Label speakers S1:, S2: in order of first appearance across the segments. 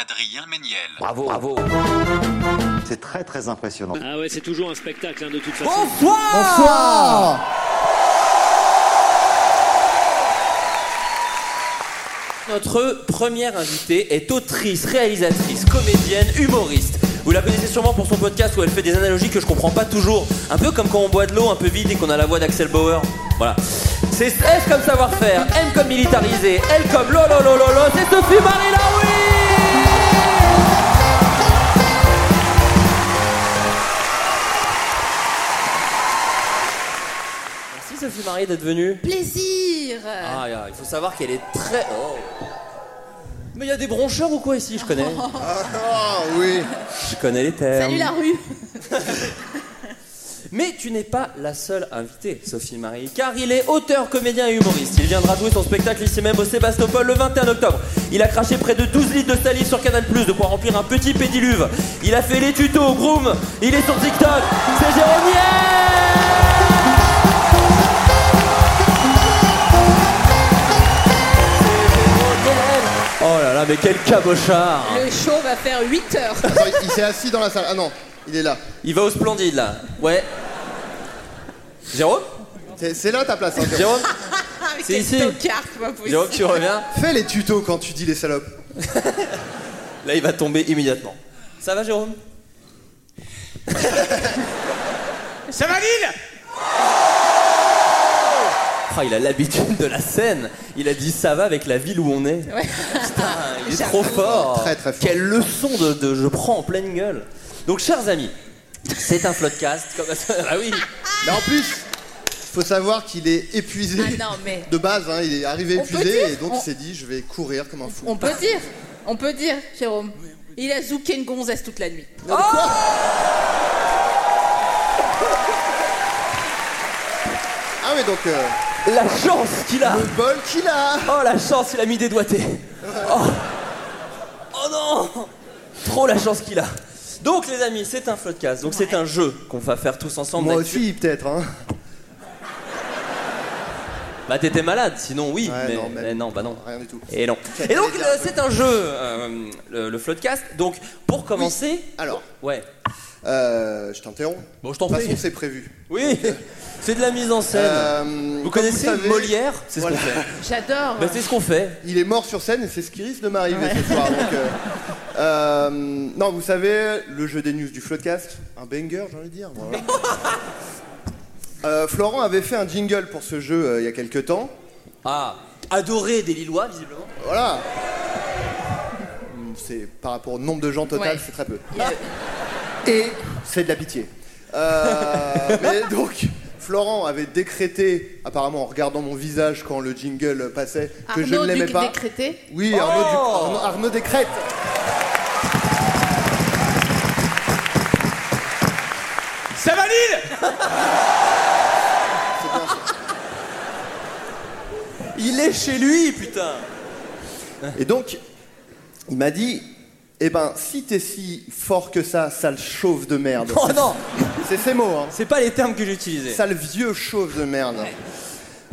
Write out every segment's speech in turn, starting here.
S1: Adrien Méniel.
S2: Bravo, bravo.
S3: C'est très très impressionnant.
S4: Ah ouais, c'est toujours un spectacle hein, de toute façon.
S5: Notre première invitée est autrice, réalisatrice, comédienne, humoriste. Vous la connaissez sûrement pour son podcast où elle fait des analogies que je comprends pas toujours. Un peu comme quand on boit de l'eau un peu vide et qu'on a la voix d'Axel Bauer. Voilà. C'est S comme savoir-faire, M comme militariser, L comme lololololo, c'est Sophie Marie Laroui Merci Sophie Marie d'être venue.
S6: Plaisir
S5: Ah, ya, il faut savoir qu'elle est très. oh. Mais il y a des broncheurs ou quoi ici Je connais.
S3: Ah oui
S5: Je connais les termes.
S6: Salut la rue
S5: Mais tu n'es pas la seule invitée, Sophie Marie, car il est auteur, comédien et humoriste. Il viendra jouer son spectacle ici même au Sébastopol le 21 octobre. Il a craché près de 12 litres de salive sur Canal Plus de quoi remplir un petit pédiluve. Il a fait les tutos au groom. Il est sur TikTok. C'est Jérôme Niel Oh là là, mais quel cabochard
S6: Le show va faire 8 heures.
S3: Attends, il- il s'est assis dans la salle. Ah non, il est là.
S5: Il va au Splendide là. Ouais. Jérôme
S3: C'est c'est là ta place. hein, Jérôme.
S5: Jérôme
S6: Ah, mais
S5: C'est
S6: quel
S5: ici.
S6: tocard, c'est pas possible.
S5: Jérôme, tu reviens
S3: Fais les tutos quand tu dis les salopes.
S5: Là, il va tomber immédiatement. Ça va, Jérôme
S7: Ça va Lille
S5: Oh Ah, Il a l'habitude de la scène. Il a dit ça va avec la ville où on est.
S6: Ouais.
S5: Il est trop fort.
S3: Très, très fort.
S5: Quelle leçon de, de- je prends en pleine gueule. Donc, chers amis, c'est un floodcast. Comme... Ah oui.
S3: Mais en plus, faut savoir qu'il est épuisé.
S6: Ah non, mais-
S3: De base, hein, il est arrivé
S6: On peut
S3: épuisé
S6: dire,
S3: et donc
S6: on-
S3: il s'est dit je vais courir comme un fou.
S6: On peut dire, on peut dire, Jérôme. Il a zouké une gonzesse toute la nuit.
S3: Ah oui, donc euh,
S5: La chance qu'il a.
S3: le bol qu'il a.
S5: Oh, la chance, il a mis des doigtés. Oh, Oh non Trop la chance qu'il a. Donc, les amis, c'est un floodcast. Donc, c'est un jeu qu'on va faire tous ensemble.
S3: Moi
S5: d'actu.
S3: aussi peut-être. Hein.
S5: Bah t'étais malade, sinon oui,
S3: Ouais,
S5: mais,
S3: non,
S5: non,
S3: mais-
S5: mais non, bah non.
S3: Rien du tout.
S5: Et non. Et donc euh, c'est un jeu, euh, le, le Floodcast. Donc pour commencer,
S3: Alors,
S5: ouais.
S3: euh, je t'interromps.
S5: Bon, je t'en
S3: De toute façon,
S5: prie.
S3: c'est prévu.
S5: Oui, c'est de la mise en scène.
S3: Euh, comme
S5: vous connaissez
S3: savez,
S5: Molière C'est
S3: voilà.
S5: ce qu'on fait.
S6: J'adore.
S5: Bah, c'est ce qu'on fait.
S3: Il est mort sur scène et c'est ce qui risque de m'arriver ce soir. donc, euh, euh, non, vous savez, le jeu des news du Floodcast, un banger, j'ai envie de dire. voilà. Euh, Florent avait fait un jingle pour ce jeu euh, il y a quelques temps.
S5: Ah, adoré des Lillois visiblement.
S3: Voilà. Hmm, C'est par rapport au nombre de gens total,
S6: Ouais.
S3: c'est très peu.
S6: Il a-
S3: Et c'est de la pitié. Euh, mais donc, Florent avait décrété, apparemment en regardant mon visage quand le jingle passait, que je ne
S6: euh, Arnaud
S3: l'aimais
S6: Duc
S3: pas.
S6: décrété.
S3: Oui, Arnaud, du-
S5: Oh
S3: Arnaud- Arnaud décrète.
S7: Ça va Lille
S5: Il est chez lui, putain.
S3: Et donc, il m'a dit, eh ben, si t'es si fort que ça, sale chauve de merde.
S5: Oh non,
S3: C'est ces mots, hein.
S5: c'est pas les termes que j'utilisais.
S3: Sale vieux chauve de merde.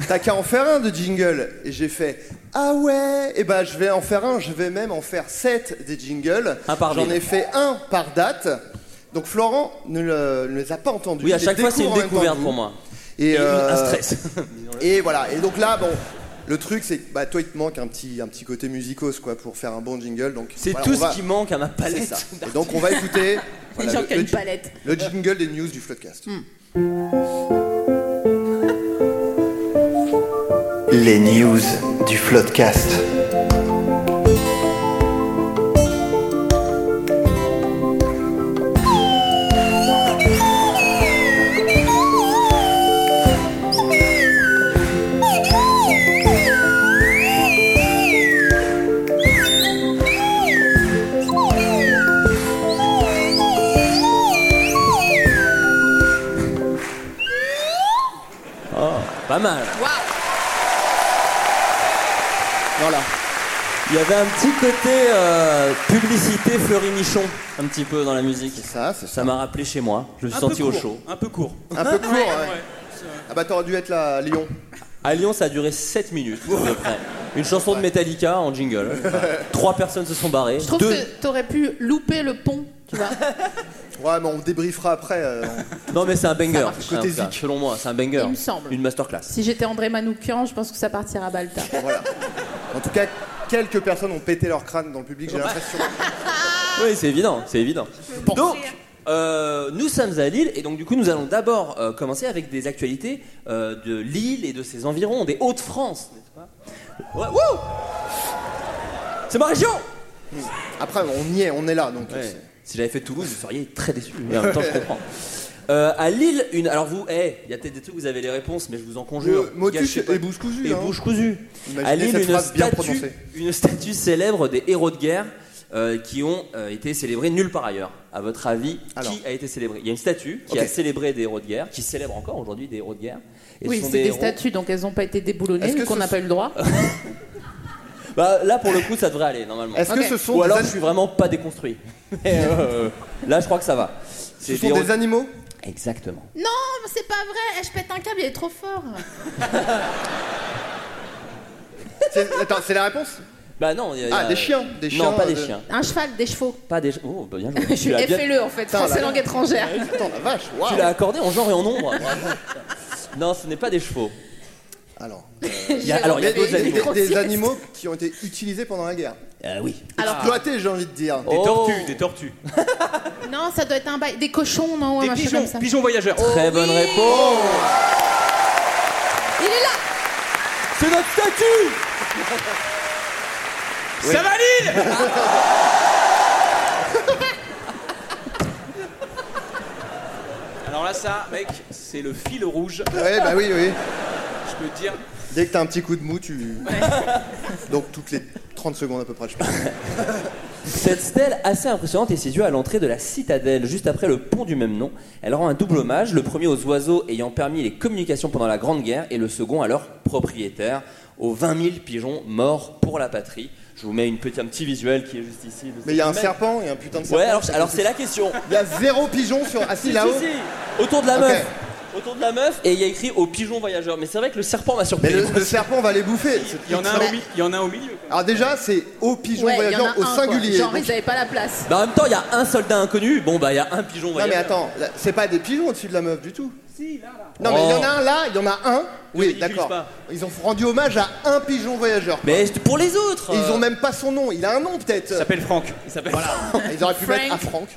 S3: T'as qu'à en faire un de jingle. Et j'ai fait, Ah ouais Et bah je vais en faire un, je vais même en faire 7 des jingles.
S5: Un par
S3: J'en
S5: ville.
S3: ai fait un par date. Donc Florent ne, le- ne les a pas entendus.
S5: Oui, à
S3: Il les
S5: chaque fois, c'est
S3: découvre
S5: une
S3: en même temps
S5: découverte
S3: que
S5: pour
S3: vous.
S5: moi.
S3: Et,
S5: Et une-
S3: euh,
S5: un stress.
S3: Et voilà, et donc là, bon, le truc c'est que bah, toi il te manque un petit, un petit côté musicos quoi pour faire un bon jingle. donc
S5: C'est
S3: voilà,
S5: tout
S3: on
S5: ce
S3: va-
S5: qui manque à ma
S3: C'est
S5: palette.
S3: ça. Et donc on va écouter voilà,
S6: gens
S3: le,
S6: qui ont
S3: le
S6: une
S3: ji-
S6: palette.
S3: le jingle des news du Floodcast.
S8: Les news du Floodcast.
S5: Pas mal.
S3: Voilà.
S5: Il y avait un petit côté euh, publicité Fleury Michon, un petit peu dans la musique.
S3: Ça, c'est ça.
S5: Ça m'a rappelé chez moi. Je me suis
S7: Un
S5: senti
S7: peu
S5: au
S7: court,
S5: chaud.
S7: Un peu court.
S3: Un peu court, ouais. Ah bah t'aurais dû être là à Lyon.
S5: À Lyon, ça a duré 7 minutes à peu près. Une chanson de Metallica en jingle. Trois personnes se sont barrées.
S6: Je trouve
S5: Deux-
S6: que t'aurais pu louper le pont, tu vois.
S3: Ouais, mais on débriefera après. euh, on-
S5: Non, mais c'est un banger.
S3: marche. Côté
S5: En tout cas,
S3: zik.
S5: Selon moi, c'est un banger.
S6: Il me semble.
S5: Une masterclass.
S6: si j'étais André Manoukian, je pense que ça partira balta.
S3: voilà. En tout cas, quelques personnes ont pété leur crâne dans le public, j'ai l'impression.
S6: Ah.
S5: Oui, c'est évident, c'est évident. Donc, euh, nous sommes à Lille et donc du coup nous allons d'abord euh, commencer avec des actualités euh, de Lille et de ses environs, des Hauts-de-France, n'est-ce pas Ouais, wouh C'est ma région
S3: Après, on y est, on est là, donc.
S5: Ouais.
S3: c'est-
S5: Si j'avais fait Toulouse, vous seriez très déçus. Mais en même temps, je comprends. Euh, à Lille, une. Alors vous, eh, il y a peut-être des trucs où vous avez les réponses, mais je vous en conjure.
S3: Euh, motus
S5: Gâchez pas.
S3: et bouche cousue,
S5: Et
S3: hein.
S5: bouche cousue.
S3: Imaginez
S5: À Lille,
S3: cette
S5: une
S3: phrase bien
S5: statue,
S3: prononcée.
S5: une statue célèbre des héros de guerre euh, qui ont euh, été célébrés nulle part ailleurs. À votre avis,
S3: Alors.
S5: qui a été célébré Il y a une statue qui
S3: Ok.
S5: a célébré des héros de guerre, qui célèbre encore aujourd'hui des héros de guerre. Et ce
S6: Oui,
S5: sont
S6: c'est des
S5: héros-
S6: statues, donc elles n'ont pas été déboulonnées,
S3: Est-ce que
S6: vu qu'on
S3: ce
S6: n'a pas eu le droit.
S5: Bah, là, pour le coup, ça devrait aller normalement.
S3: Est-ce
S6: Ok.
S3: que ce sont,
S5: Ou
S3: des,
S5: alors,
S3: an-
S5: je suis vraiment pas déconstruit. Mais, euh, là, je crois que ça va.
S3: ce
S5: C'est
S3: sont
S5: héros-
S3: des animaux
S5: Exactement.
S6: Non, mais c'est pas vrai, Eh, je pète un câble, il est trop fort.
S3: C'est- Attends, c'est la réponse
S5: Bah non, il y a-
S3: Ah,
S5: il y a-
S3: des chiens, des chiens,
S5: Non, pas des
S3: euh,
S5: chiens.
S6: Un cheval, des chevaux.
S5: Pas des chiens. Oh, bah bien joué.
S6: Je
S5: Tu
S6: suis
S5: l'as bien-
S6: FLE en fait,
S3: Putain,
S6: français
S3: là.
S6: langue étrangère.
S3: Putain, la vache,
S5: Tu
S3: waouh
S5: l'as accordé en genre et en nombre. non, ce n'est pas des chevaux.
S3: Alors,
S5: Il y a- alors, il y a
S3: mais
S5: d'autres
S3: des, des-
S5: animaux.
S3: des animaux qui ont été utilisés pendant la guerre.
S5: Euh, oui.
S3: Exploités, j'ai envie de dire.
S7: Des
S5: Oh.
S7: tortues, des tortues.
S6: Non, ça doit être un bail. Des cochons, non ou un
S7: Des
S6: machin
S7: pigeons,
S6: comme ça.
S7: pigeons voyageurs.
S5: Très
S6: Oh
S5: bonne
S6: oui.
S5: réponse.
S6: Il est là
S5: C'est notre statut.
S7: Ça va Lille Alors là, ça, mec, c'est le fil rouge.
S3: Ouais, bah oui, oui.
S7: Je peux te dire.
S3: Dès que t'as un petit coup de mou, tu. Donc toutes les 30 secondes à peu près, je pense.
S5: Cette stèle assez impressionnante est située à l'entrée de la citadelle, juste après le pont du même nom. Elle rend un double hommage, le premier aux oiseaux ayant permis les communications pendant la Grande Guerre et le second à leurs propriétaires, aux 20 000 pigeons morts pour la patrie. Je vous mets une petite, un petit visuel qui est juste ici.
S3: Mais il y a un
S5: Même-
S3: serpent, il y a un putain de serpent.
S5: Ouais, alors, alors c'est la question.
S3: Il y a zéro pigeon sur. Ah si,
S5: Si,
S3: là-haut.
S5: si, si. Autour de la
S3: Ok.
S5: meuf. Autour de la meuf, et il y a écrit au pigeon voyageur. Mais c'est vrai que le serpent m'a
S3: Mais
S5: surpris.
S3: le, le serpent va les bouffer.
S7: Il y en a un au, mi- il y en a un au milieu. quoi.
S3: Alors déjà, c'est au pigeon
S6: Ouais, il y en a
S3: voyageur
S6: un,
S3: au
S6: quoi.
S3: singulier.
S6: Genre,
S3: Donc-
S6: ils avaient pas la place.
S5: Bah, en même temps, il y a un soldat inconnu. Bon, bah, il y a un pigeon
S3: Non mais
S5: voyageur.
S3: attends, là, c'est pas des pigeons au-dessus de la meuf du tout. Si, là, là. Non mais il y en a
S5: Oh.
S3: un là, il y en a un. Oui,
S7: ridiculise
S3: d'accord.
S7: pas.
S3: Ils ont rendu hommage à un pigeon voyageur.
S5: Mais c'est pour les autres.
S3: Et ils ont
S5: euh,
S3: même pas son nom. Il a un nom
S7: Il
S3: peut-être.
S7: s'appelle Franck. Il s'appelle
S3: Ils auraient pu
S6: Frank.
S3: mettre à Franck.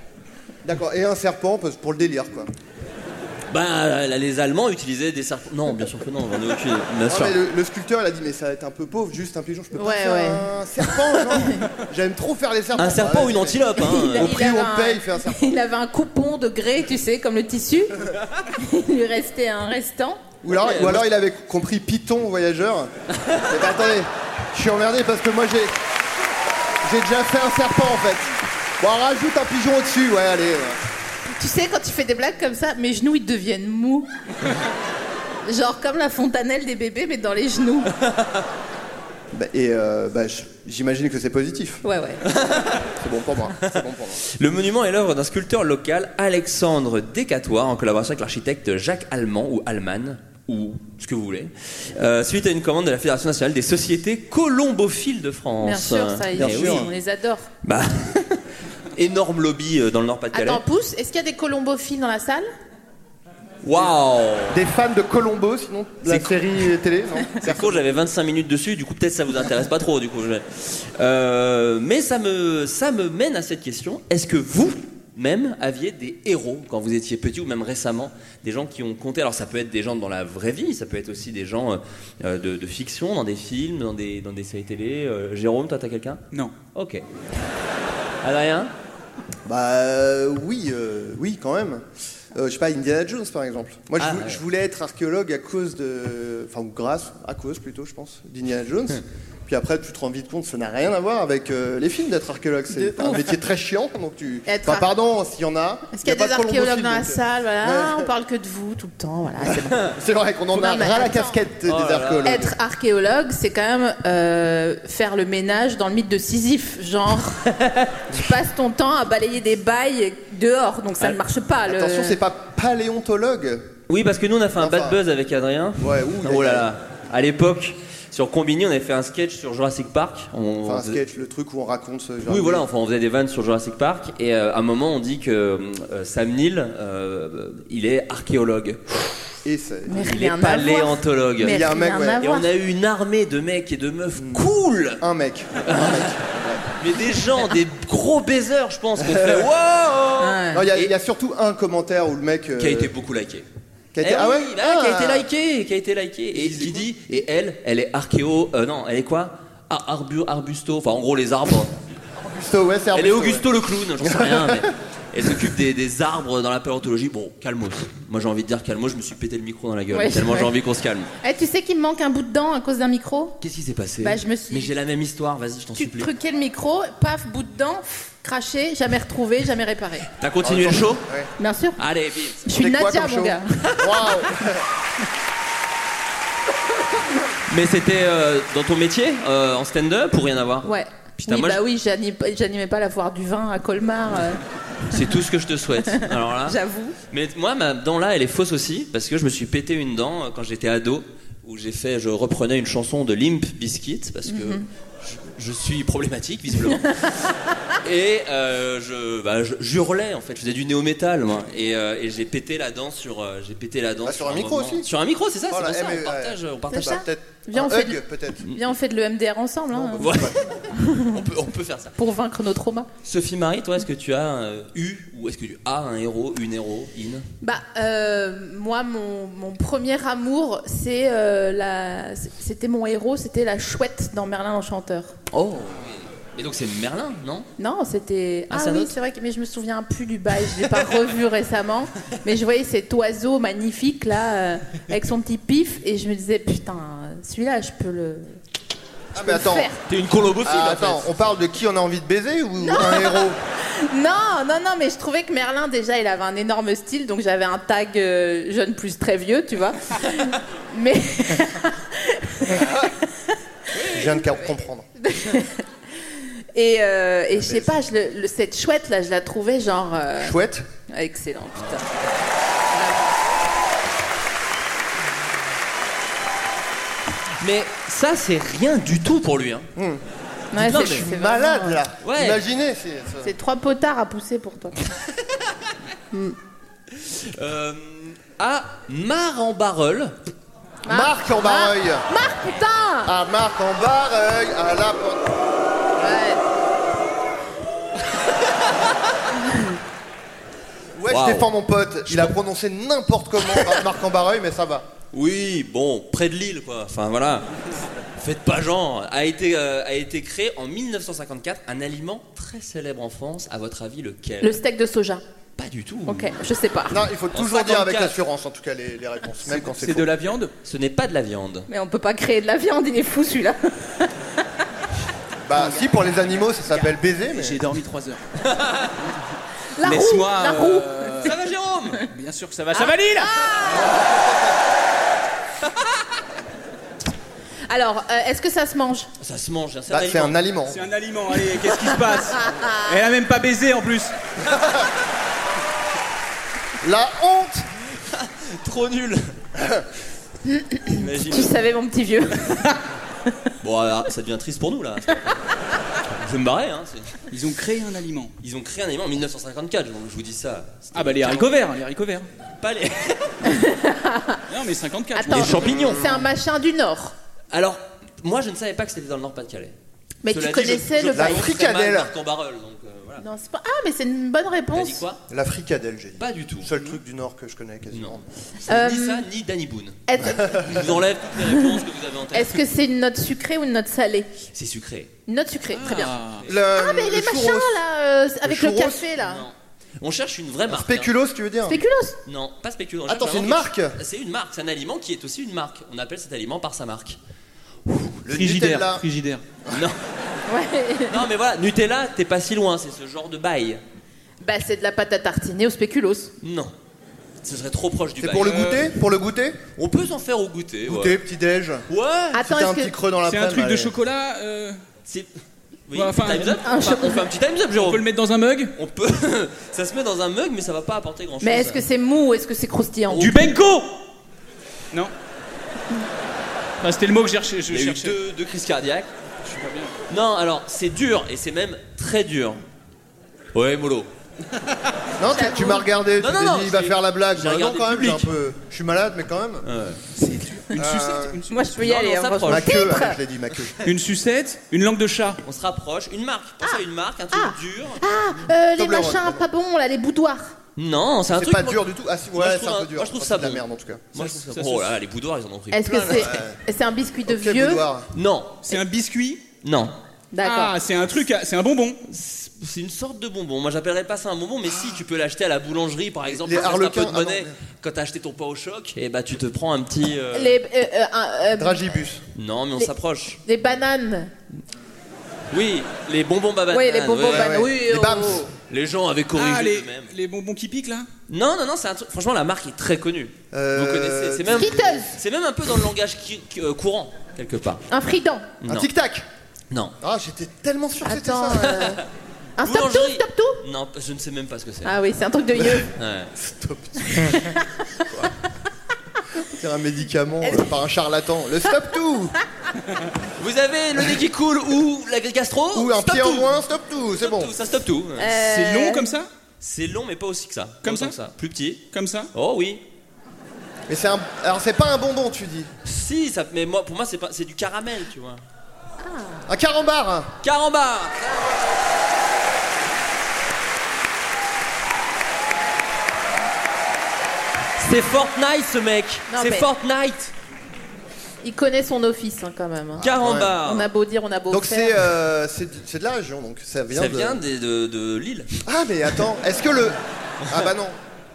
S3: D'accord. Et un serpent parce- pour le délire quoi.
S5: Bah, là, les Allemands utilisaient des serpents. Non, bien sûr que non, j'en ai aucune. Bien
S3: Non,
S5: sûr.
S3: Ah, mais le, le sculpteur il a dit mais ça va être un peu pauvre, juste un pigeon, je peux pas
S6: Ouais,
S3: faire
S6: ouais.
S3: un serpent, genre. J'aime trop faire les serpents.
S5: Un serpent
S3: Ouais,
S5: ou une
S3: mais-
S5: antilope,
S6: Il a-
S5: hein.
S3: Au prix où
S6: avait
S3: on paye, il fait un serpent.
S6: il avait un coupon de grès, tu sais, comme le tissu. Il lui restait un restant.
S3: Ou alors,
S5: Ouais,
S3: ou
S5: moi,
S3: alors il avait compris Python voyageur. Mais bah, attendez, je suis emmerdé parce que moi j'ai j'ai déjà fait un serpent en fait. Bon, on rajoute un pigeon au-dessus, ouais, allez. ouais.
S6: Tu sais, quand tu fais des blagues comme ça, mes genoux, ils deviennent mous. Genre comme la fontanelle des bébés, mais dans les genoux.
S3: Bah, et euh, bah, j- j'imagine que c'est positif.
S6: Ouais, ouais.
S3: C'est bon pour moi. C'est bon pour moi.
S5: Le monument est l'œuvre d'un sculpteur local, Alexandre Décatoire, en collaboration avec l'architecte Jacques Allemand ou Alman. ou ce que vous voulez, euh, suite à une commande de la Fédération nationale des sociétés colombophiles de France.
S6: Bien sûr, ça,
S5: Eh
S6: ils-
S5: oui.
S6: on les adore.
S5: Bah, énorme lobby euh, dans le Nord-Pas-de-Calais.
S6: Attends, pousse, est-ce qu'il y a des colombophiles dans la salle
S5: Waouh
S3: Des fans de Colombo, sinon de la
S5: C'est-
S3: série télé, non
S5: C'est court, j'avais 25 minutes dessus, du coup peut-être ça vous intéresse pas trop, du coup. je- Euh, mais ça me, ça me mène à cette question. Est-ce que vous même aviez des héros quand vous étiez petit ou même récemment des gens qui ont compté alors ça peut être des gens dans la vraie vie ça peut être aussi des gens euh, euh, de, de fiction dans des films dans des, dans des séries télé Euh, Jérôme toi t'as quelqu'un
S7: Non.
S5: ok Adrien
S3: Bah euh, oui, euh, oui quand même. Euh, je sais pas, Indiana Jones par exemple. Moi je,
S5: Ah,
S3: vou-
S5: ouais.
S3: je voulais être archéologue à cause de... Enfin ou grâce, à cause plutôt je pense, d'Indiana Jones. Puis après tu te rends vite compte, ça n'a rien à voir avec euh, les films d'être archéologue. C'est un métier très chiant. Donc tu...
S6: Être
S3: Enfin
S6: ar-
S3: pardon s'il y en a.
S6: Est-ce qu'il y a,
S3: pas
S6: des
S3: de colombophiles,
S6: archéologues dans la
S3: donc, euh,
S6: salle Voilà,
S3: Ouais.
S6: on parle que de vous tout le temps. Voilà, c'est bon.
S3: C'est vrai qu'on en a
S6: Non, mais
S3: ras la
S6: attends.
S3: casquette
S5: Oh là
S3: des
S5: là.
S3: archéologues.
S6: Être archéologue, c'est quand même euh, faire le ménage dans le mythe de Sisyphe. Genre, tu passes ton temps à balayer des bails dehors, donc ça
S5: Ah,
S6: ne marche pas. le-
S3: Attention c'est pas paléontologue.
S5: Oui, parce que nous, on a fait un
S3: Enfin.
S5: bad buzz avec Adrien.
S3: Ouais, ouh,
S5: oh
S3: y
S5: là
S3: a-
S5: là. À l'époque, sur Combini, on avait fait un sketch sur Jurassic Park. On-
S3: Enfin un
S5: on faisait-
S3: sketch, le truc où on raconte ce genre
S5: Oui,
S3: de-
S5: voilà, enfin, on faisait des vannes sur Jurassic Park. Et euh, à un moment, on dit que euh, Sam Neill, euh, il est archéologue.
S3: Et c'est...
S6: Mais
S5: Il
S6: rien
S5: est
S6: à voir.
S5: paléontologue.
S6: Mais
S3: Il y a un mec,
S6: rien
S3: ouais.
S6: à
S5: Et
S6: voir.
S5: on a eu une armée de mecs et de meufs cool
S3: Un mec.
S5: Mais des gens, des gros baiseurs, je pense, qu'on fait wow
S3: Non, Il y, a- il y a surtout un commentaire où le mec...
S5: Qui a
S3: euh,
S5: été beaucoup liké.
S3: Qui a été-
S5: Eh
S3: ah
S5: oui,
S3: ouais
S5: bah, qui a été liké, qui a été liké. Et qui dit, et elle, elle est archéo, euh, non, elle est quoi Ah, arbu- arbusto, enfin en gros les arbres.
S3: Augusto, ouais, c'est
S5: elle est
S3: Augusto,
S5: Augusto le clown, j'en sais rien, mais elle s'occupe des, des arbres dans la paléontologie. Bon, calmos. Moi j'ai envie de dire calmos, je me suis pété le micro dans la gueule,
S6: Ouais,
S5: tellement j'ai
S6: ouais.
S5: envie qu'on se calme.
S6: Eh, tu sais qu'il me manque un bout de dent à cause d'un micro
S5: Qu'est-ce qui s'est passé
S6: Bah, je me suis-
S5: Mais j'ai la même histoire, vas-y, je t'en
S6: Tu
S5: supplie.
S6: truquais le micro, paf, bout de dent, pff, craché, jamais retrouvé, jamais réparé.
S5: T'as continué le show
S6: Bien sûr.
S5: Allez, vite
S6: Je suis
S3: C'est quoi
S6: Nadia,
S3: comme
S6: mon
S3: show
S6: gars.
S3: ouais. Waouh.
S5: Mais c'était euh, dans ton métier, euh, en stand-up ou rien à voir
S6: Ouais.
S5: Putain,
S6: oui,
S5: moi,
S6: bah
S5: je-
S6: oui, j'anime- j'animais pas la foire du vin à Colmar, euh,
S5: C'est tout ce que je te souhaite. Alors là.
S6: j'avoue.
S5: Mais moi, ma dent là, elle est fausse aussi, parce que je me suis pété une dent euh, quand j'étais ado, où j'ai fait, je reprenais une chanson de Limp Biscuit, parce que je, je suis problématique, visiblement. et euh, je, bah, je- j'hurlais, en fait, je faisais du néo-métal, moi. Et, euh, et j'ai pété la dent sur. euh, j'ai pété la dent
S3: Ah, sur un micro
S5: moment.
S3: aussi
S5: Sur un micro, c'est ça,
S3: Oh
S5: c'est
S3: là,
S5: pour
S3: eh,
S5: ça,
S3: mais,
S5: on
S3: ouais.
S5: partage, on partage
S6: ça
S3: Bah, peut-être.
S6: Viens,
S3: un
S6: on fait
S3: hug,
S6: de-
S3: peut-être.
S6: Viens, on fait de l'EMDR ensemble, hein,
S5: pas. Voilà. on, peut, on peut faire ça.
S6: pour vaincre nos traumas.
S5: Sophie Marie, toi, est-ce que tu as euh, eu ou est-ce que tu as un héros, une héros, in
S6: Bah, euh, moi, mon, mon premier amour, c'est euh, la... c'était mon héros, c'était la chouette dans Merlin l'Enchanteur.
S5: Oh Mais donc c'est Merlin, non
S6: Non, c'était.
S5: Ah,
S6: Ah,
S5: c'est un
S6: oui,
S5: autre
S6: c'est vrai que mais je me souviens plus du bail, je l'ai pas revu récemment. Mais je voyais cet oiseau magnifique là, euh, avec son petit pif, et je me disais putain, celui-là, je peux le.
S3: Ah, mais attends.
S6: faire.
S5: T'es une colobophile,
S3: Ah,
S5: en fait.
S3: attends, on parle de qui on a envie de baiser ou un héros
S6: Non, non, non, mais je trouvais que Merlin déjà, il avait un énorme style, donc j'avais un tag euh, jeune plus très vieux, tu vois. mais
S3: Je viens de ca- comprendre.
S6: et, euh,
S5: Ah,
S6: et je sais pas, je le- le- cette chouette là, je la trouvais genre euh,
S3: Chouette
S6: excellent, putain.
S5: Mais ça, c'est rien du tout pour lui. Hein.
S6: Ouais,
S5: Non,
S6: c'est-
S5: mais je suis
S6: c'est vraiment,
S3: Malade là
S5: Ouais.
S3: Imaginez c'est- ça-
S6: C'est trois potards à pousser pour toi.
S5: Euh, à Mar-en-Barœul,
S3: Marc en barreuil
S6: Marc, putain
S3: Ah, Marc en barreuil Ah là pour- Ouais,
S5: Waouh.
S3: je défends mon pote. Il a prononcé n'importe comment Marc en barreuil, mais ça va.
S5: oui, bon, près de Lille, quoi. Enfin, voilà. Faites pas genre. A été, euh, a été créé en 1954 un aliment très célèbre en France. À votre avis, lequel
S6: Le steak de soja.
S5: Pas du tout.
S6: Ok, je sais pas.
S3: Non, il faut toujours dire avec
S5: 54.
S3: assurance en tout cas les, les réponses, même quand c'est
S7: C'est
S3: faux.
S7: de la viande
S5: Ce n'est pas de la viande.
S6: Mais on peut pas créer de la viande, il est fou celui-là.
S3: Bah, si pour les animaux ça s'appelle baiser, mais.
S7: J'ai dormi 3 heures.
S6: La roue,
S7: Laisse-moi,
S6: la roue.
S7: euh,
S5: Ça va, Jérôme
S7: Bien sûr que ça va. Ça va Lille
S6: Alors, euh, est-ce que ça se mange
S5: Ça se mange, hein, c'est
S3: Bah,
S5: un
S3: c'est
S5: aliment.
S3: un aliment.
S7: C'est un aliment, allez, qu'est-ce qui se passe Elle a même pas baisé en plus
S3: La honte
S5: Trop nul Imagine.
S6: Tu savais, mon petit vieux.
S5: Bon, alors, ça devient triste pour nous là. Je vais me barrer, hein. c'est-
S2: Ils ont créé un aliment.
S5: Ils ont créé un aliment en 1954, donc je vous dis ça. C'était
S2: Ah bah les haricots verts, les haricots verts.
S5: Pas les...
S2: Non mais 54.
S6: Attends,
S5: Les champignons.
S6: c'est un machin du Nord.
S5: Alors, moi je ne savais pas que c'était dans le Nord-Pas-de-Calais.
S6: Mais
S5: Cela
S6: tu
S5: dit, je-
S6: connaissais
S5: je
S6: le
S5: prononce très
S6: bail.
S5: mal
S3: fricadelle.
S5: Marc en barrel, donc euh, voilà.
S6: Non, c'est pas... Ah, mais c'est une bonne
S5: T'as
S6: réponse.
S5: dit quoi
S3: La fricadelle, j'ai dit.
S5: Pas du tout.
S3: Seul truc du Nord que je connais quasiment.
S5: Non.
S6: Euh,
S5: Ni ça, ni Danny Boone.
S6: Est-
S5: Je vous enlève toutes les réponses que vous avez en tête.
S6: Est-ce que c'est une note sucrée ou une note salée
S5: C'est sucré.
S6: Une note sucrée, très bien.
S3: Le-
S6: Ah, mais
S3: le
S6: les
S3: churros.
S6: machins là, euh, avec le
S3: churros
S6: café là.
S5: Non. On cherche une vraie marque. hein.
S3: Spéculoos, tu veux dire
S6: Spéculos
S5: Non, pas spéculoos. on
S3: Attends,
S5: cherche
S3: c'est une
S5: vraiment quelque
S3: marque
S5: chose- C'est une marque, c'est un aliment qui est aussi une marque. On appelle cet aliment par sa marque.
S3: Le
S2: Frigidaire,
S3: Nutella.
S2: frigidaire.
S5: Non,
S6: Ouais.
S5: non mais voilà, Nutella, t'es pas si loin, c'est ce genre de bail.
S6: bah, c'est de la pâte à tartiner au spéculos.
S5: Non. Ce serait trop proche du
S3: C'est
S5: bail. Euh,
S3: pour le goûter Pour le goûter
S5: On peut s'en faire au goûter. ouais.
S3: Goûter, petit déj.
S5: Ouais.
S6: Attends,
S3: T'as un
S6: est-ce
S3: petit
S6: que.
S3: creux dans la
S2: C'est un truc de
S3: chocolat.
S2: chocolat. euh,
S5: C'est. Oui,
S2: Ouais, enfin,
S5: time's up.
S6: un
S5: Enfin, on fait un petit time's up, Jérôme.
S2: on peut le mettre dans un mug.
S5: On peut. ça se met dans un mug, mais ça va pas apporter grand chose.
S6: Mais est-ce que c'est mou ou est-ce que c'est croustillant
S2: Du Benko. Non. Enfin, c'était le mot que j'ai recherché. Je
S5: Il y a eu
S2: cherchais.
S5: deux, deux crises cardiaques. Non, alors c'est dur et c'est même très dur. Ouais, mollo.
S3: Non, tu, tu m'as regardé, tu
S5: Non, non,
S3: t'es
S5: non,
S3: dit il va
S5: j'ai-
S3: faire la blague.
S5: j'ai
S3: Bah non,
S5: regardé
S3: quand
S5: le
S3: même, j'ai un
S5: public. Euh,
S3: peu. Je suis malade, mais quand même. Euh,
S2: Une sucette. Une,
S6: Moi, je peux y
S5: Non,
S6: aller.
S5: non,
S6: hein,
S5: ça
S6: franchement.
S3: Ma queue,
S6: Titre
S3: ah, je l'ai dit, ma queue.
S2: su- une sucette. Une langue de chat.
S5: On se rapproche. Une marque. Pensez à une marque, un truc
S6: Ah.
S5: dur.
S6: Ah, euh, les
S3: Toblerone,
S6: machins
S3: Toblerone.
S6: pas bons là, les boudoirs.
S5: Non, c'est un
S3: C'est
S5: truc.
S3: pas
S5: moi-
S3: dur du tout. Ah, si,
S5: moi, je
S3: ouais, c'est
S5: trouve
S3: un
S5: un-
S3: peu dur.
S5: moi, je trouve
S3: Enfin,
S5: ça
S3: c'est de la
S5: bon.
S3: merde en tout cas.
S5: Moi, je trouve ça.
S2: Ça,
S5: Oh
S2: ça,
S5: là là, les boudoirs, ils en ont pris.
S6: Est-ce que c'est c'est un biscuit de
S3: Ok,
S6: vieux
S3: boudoir.
S5: Non,
S2: C'est un biscuit.
S5: non.
S6: D'accord.
S2: Ah, c'est un truc. à- C'est un bonbon.
S5: C'est une sorte de bonbon. Moi, j'appellerais pas ça un bonbon, mais si tu peux l'acheter à la boulangerie, par exemple,
S3: les
S5: quand t'as un peu
S3: harlequins-
S5: de
S3: ah non,
S5: monnaie.
S3: merde.
S5: Quand t'as acheté ton pain au choc, et bah tu te prends un petit. euh,
S6: Les, euh, euh, un, euh,
S3: Dragibus.
S5: Non, mais on
S6: les-
S5: s'approche.
S6: les bananes.
S5: Oui, les bonbons babananes.
S6: oui, les bonbons
S5: ouais.
S6: bananes.
S3: ouais.
S6: Oui,
S3: Les
S6: oh.
S3: Bams.
S5: Les gens avaient corrigé
S2: Ah, les,
S5: eux-mêmes.
S2: les bonbons qui piquent là.
S5: Non, non, non, c'est un truc. Franchement, la marque est très connue.
S3: Euh,
S5: Vous connaissez. C'est même,
S6: Skittles.
S5: c'est même un peu dans le langage qui- qui- euh, courant, quelque part.
S6: Un frident.
S3: Un
S5: Non.
S3: tic-tac.
S5: Non.
S3: Ah, j'étais tellement sûr que c'était
S6: Attends.
S3: ça.
S6: euh, un stop tout,
S5: Boulangerie.
S6: stop tout.
S5: Non, je ne sais même pas ce que c'est.
S6: Ah oui, c'est un truc de vieux.
S5: Ouais.
S3: C'est un médicament euh, par un charlatan. Le stop tout
S5: Ah, Vous avez le nez qui coule ou la gastro
S3: Ou un
S5: Stop
S3: pied en
S5: tout.
S3: moins, stop tout, c'est
S5: Stop
S3: bon.
S5: tout, Ça stop tout.
S6: Euh.
S2: C'est long comme ça.
S5: C'est long, mais pas aussi que ça. Pas
S2: Comme
S5: autant
S2: ça
S5: que Plus petit.
S2: Comme ça.
S5: Oh oui.
S3: Mais c'est un. Alors, c'est pas un bonbon, tu dis.
S5: Si, ça, mais moi, pour moi, c'est pas, c'est du caramel, tu vois.
S3: Un carambar
S5: Carambar. C'est Fortnite, ce mec.
S6: Non,
S5: C'est
S6: mais-
S5: Fortnite.
S6: Il connaît son office hein, quand même. hein.
S5: Carambar.
S6: On a beau dire, on a beau
S3: Ah. Donc,
S6: faire.
S3: c'est euh, c'est de c'est de la région, donc ça vient
S5: Ça
S3: de.
S5: vient des- de, de Lille.
S3: Ah, mais attends, est-ce que le. Ah, bah non.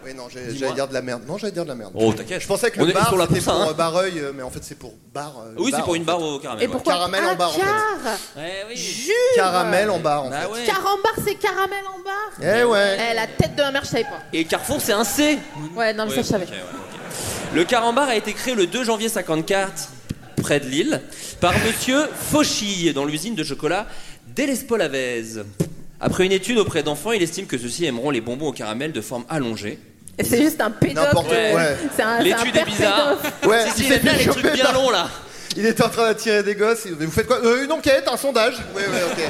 S3: Oui, non, j'ai-
S5: Dis-moi.
S3: j'allais dire de la merde. Non, j'allais dire de la merde.
S5: Oh, t'inquiète.
S3: Je pensais que
S5: On
S3: le
S5: est
S3: bar,
S5: pour la
S3: c'était
S5: pour ça,
S3: pour
S5: hein.
S3: euh, barreuil, euh, mais en fait, c'est pour bar. euh,
S5: Oui, c'est
S3: bar,
S5: pour
S3: en
S5: une
S3: fait.
S5: barre au caramel.
S6: Et
S5: ouais.
S6: pourquoi
S3: Caramel en
S6: Ah,
S3: barre, en fait.
S6: car
S5: Ouais, oui.
S6: Jure
S3: Caramel en barre, en
S5: Bah
S3: fait.
S5: ouais.
S6: Ah Carambar, c'est caramel en barre
S3: Eh ouais. Mm.
S6: Eh, la tête de ma mère, je savais pas.
S5: Et Carrefour, c'est un C.
S6: Ouais, non, mais ça,
S5: Ouais,
S6: je savais.
S5: ok, ouais, ok. Le carambar a été créé le 2 janvier 54 près de Lille par monsieur Fauchille dans l'usine de chocolat d'Elespolavez. Après une étude auprès d'enfants, il estime que ceux-ci aimeront les bonbons au caramel de forme allongée.
S6: Et C'est juste un pédophile.
S3: N'importe
S5: Ouais. quoi.
S3: euh,
S6: Ah, C'est un, c'est un
S5: L'étude est
S6: père
S5: bizarre.
S6: pédophile.
S3: Ouais,
S5: Si, si,
S3: il
S5: il
S3: s'est
S5: aime bien
S3: fait
S5: les trucs
S3: choper
S5: bien
S3: par-
S5: longs là.
S3: Il était en train d'attirer des gosses. il- Mais vous faites quoi Euh, Une enquête, un sondage. Oui, oui, ok.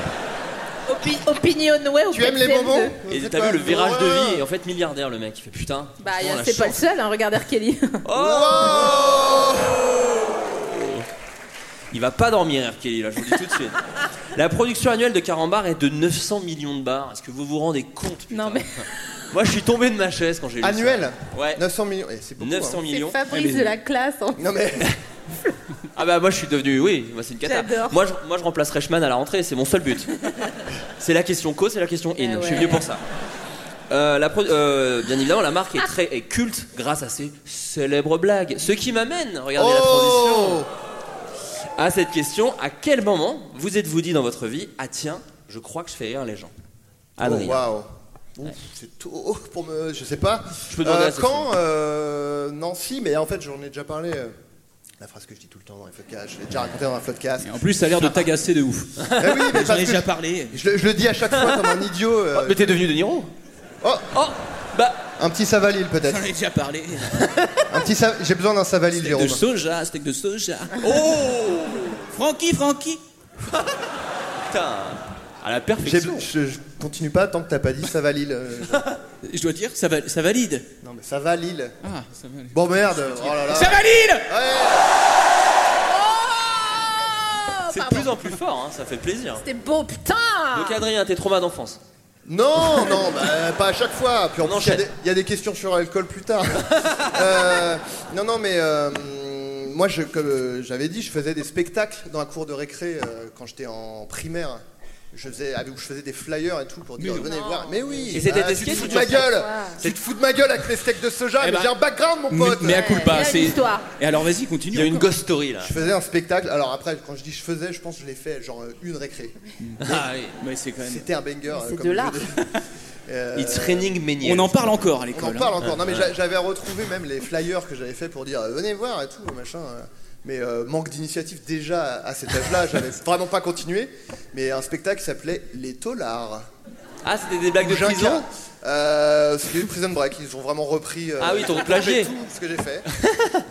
S6: Opi- Opinion, ouais, ou
S3: Tu aimes les
S6: PCM2.
S3: bonbons
S5: Et
S3: Vous faites
S5: t'as
S3: quoi
S5: vu le virage de vie
S3: Ouais.
S5: et en fait milliardaire le mec. Il fait putain.
S6: Bah, y a-
S5: on a
S6: c'est pas le
S5: chance.
S6: seul, hein, regarde R. Kelly.
S5: Il va pas dormir, R. Kelly, là, je vous le dis tout de suite. La production annuelle de Carambar est de 900 millions de bars. Est-ce que vous vous rendez compte putain
S6: Non, mais-
S5: Moi, je suis tombé de ma chaise quand j'ai lu ça.
S3: Annuel
S5: Ouais.
S3: 900 millions. Eh, c'est beaucoup.
S5: 900
S3: hein.
S5: millions.
S6: Fabrice de la classe. hein.
S3: Non mais
S5: Ah bah moi je suis devenu, oui, moi c'est une cata.
S6: J'adore.
S5: Moi je, moi je remplace Reichmann à la rentrée, c'est mon seul but. c'est la question cause, c'est la question in.
S6: Eh ouais.
S5: Je suis venu pour ça. Euh, la pro- euh, bien évidemment, la marque est
S6: Ah.
S5: très est culte grâce à ses célèbres blagues. Ce qui m'amène, regardez la transition,
S3: Oh
S5: à cette question à quel moment vous êtes-vous dit dans votre vie, ah tiens, je crois que je fais rire les gens Ah, Adrien.
S3: Oh, Waouh Ouf, C'est tôt pour me. Je sais pas.
S5: Je peux demander à Sophie.
S3: Quand euh, Nancy, mais en fait j'en ai déjà parlé. euh, La phrase que je dis tout le temps dans les podcasts, je l'ai déjà racontée dans un podcast.
S2: Et en plus, ça a l'air de t'agacer de ouf.
S3: Eh oui, mais
S2: J'en
S3: parce
S2: ai
S3: que
S2: déjà parlé.
S5: Oh, Ah,
S3: je, je le dis à chaque fois comme un idiot. euh,
S5: Mais t'es devenu De Niro
S3: Oh,
S5: Oh
S3: Un petit savalil peut-être.
S7: J'en ai déjà parlé.
S3: Un petit sa- J'ai besoin d'un savalil,
S7: Steak de
S3: Jérôme.
S7: soja, steak de soja. Oh Francky, Francky
S5: Putain À la
S3: J'ai- Je, je continue pas tant que t'as pas dit savalil. euh,
S7: Je dois dire, ça, va- ça valide.
S3: Non mais savalil.
S7: Ah, ça valide.
S3: Bon merde. Oh là là.
S7: Ça valide
S6: Oh
S5: C'est de plus en plus fort, hein, ça fait plaisir.
S6: C'était beau, putain
S5: Donc Adrien, tes traumas d'enfance.
S3: Non, non, bah, pas à chaque fois. Puis en
S5: On
S3: plus, il y a
S5: enchaîne.
S3: des- il y, a des questions sur l'alcool plus tard. Euh, non, non, mais euh, moi, je- comme euh, j'avais dit, je faisais des spectacles dans la cour de récré euh, quand j'étais en primaire. Je faisais, ah, où je faisais des flyers et tout pour dire venez voir. Mais oui.
S5: Et c'était
S3: ah,
S5: des
S3: tu te
S5: sketchs
S3: fous
S5: ou
S3: de
S5: tu
S3: ma
S5: fais-
S3: gueule. Tu te fous de ma gueule avec les steaks de soja.
S7: Eh
S3: mais
S7: ben,
S3: j'ai un background, mon
S7: Mais,
S3: pote.
S7: mais à coup
S6: il y
S7: pas,
S6: a
S7: c'est.
S6: l'histoire.
S7: Et alors vas-y, continue.
S5: Il y a une
S7: encore.
S5: ghost story là.
S3: Je faisais un spectacle. Alors après, quand je dis je faisais, je pense que je l'ai fait genre euh, une récré.
S7: Ah oui, mais c'est quand même.
S3: C'était un banger. euh,
S6: c'est
S3: comme
S6: de
S3: je
S6: l'art.
S3: dis. Euh,
S5: It's raining Méniel.
S7: On en parle encore à
S5: Ah bah
S3: On en
S7: l'école.
S2: hein.
S3: parle encore. Non, mais j'a- j'avais retrouvé même les flyers que j'avais fait pour dire euh, venez voir et tout, machin. euh. Mais euh, manque d'initiative déjà à à cet âge-là, j'avais vraiment pas continué. Mais un spectacle qui s'appelait Les Taulards.
S5: Ah, c'était des blagues de
S3: Bouginca.
S5: prison
S3: Euh, C'était une prison break, ils ont vraiment repris. euh,
S5: Ah oui, ils t'ont
S3: tout
S5: plagié.
S3: ce que j'ai fait.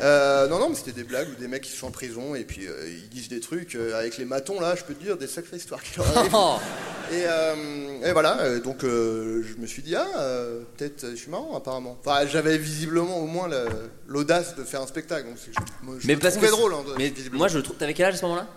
S3: Euh, non, non, mais c'était des blagues où des mecs qui sont en prison et puis euh, ils disent des trucs euh, avec les matons là, je peux te dire des sacrées histoires qui leur arrivent.
S5: Oh.
S3: Et, euh, et voilà, euh, donc euh, je me suis dit, ah, euh, peut-être euh, je suis marrant apparemment. Enfin, j'avais visiblement au moins le- l'audace de faire un spectacle. Donc c'est que je, moi, je
S5: Mais
S3: me
S5: parce que.
S3: trouvais drôle. hein, de-
S5: mais
S3: visiblement.
S5: moi je le trouve. T'avais quel âge à ce moment-là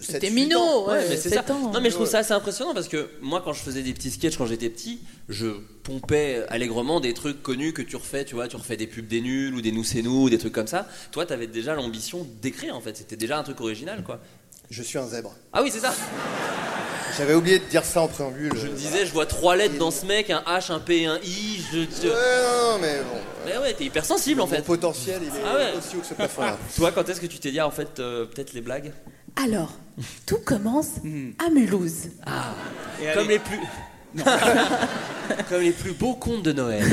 S3: Sept,
S6: C'était
S3: huit ans.
S6: minot, ouais,
S5: mais c'est ça.
S6: sept ans. hein.
S5: Non, mais je trouve ça assez impressionnant parce que moi, quand je faisais des petits sketchs quand j'étais petit, je pompais allègrement des trucs connus que tu refais, tu vois, tu refais des pubs des nuls ou des nous c'est nous, ou des trucs comme ça. Toi, t'avais déjà l'ambition d'écrire en fait, c'était déjà un truc original quoi.
S3: Je suis un zèbre.
S5: Ah oui, c'est ça.
S3: J'avais oublié de dire ça en préambule. Euh,
S5: Je me disais, je vois trois lettres dans ce mec, un H, un P, un I. Je, je-
S3: Ouais, non, non, mais bon.
S5: Mais ouais, t'es hyper sensible en
S3: Mon
S5: fait.
S3: potentiel, il est
S5: Ah ouais.
S3: aussi haut que ce plafond-là.
S5: Toi, quand est-ce que tu t'es dit, ah, en fait, euh, peut-être les blagues
S6: Alors, tout commence
S5: Hmm.
S6: à Mulhouse.
S7: Et allez.
S5: Comme les plus. Comme les plus beaux contes de Noël.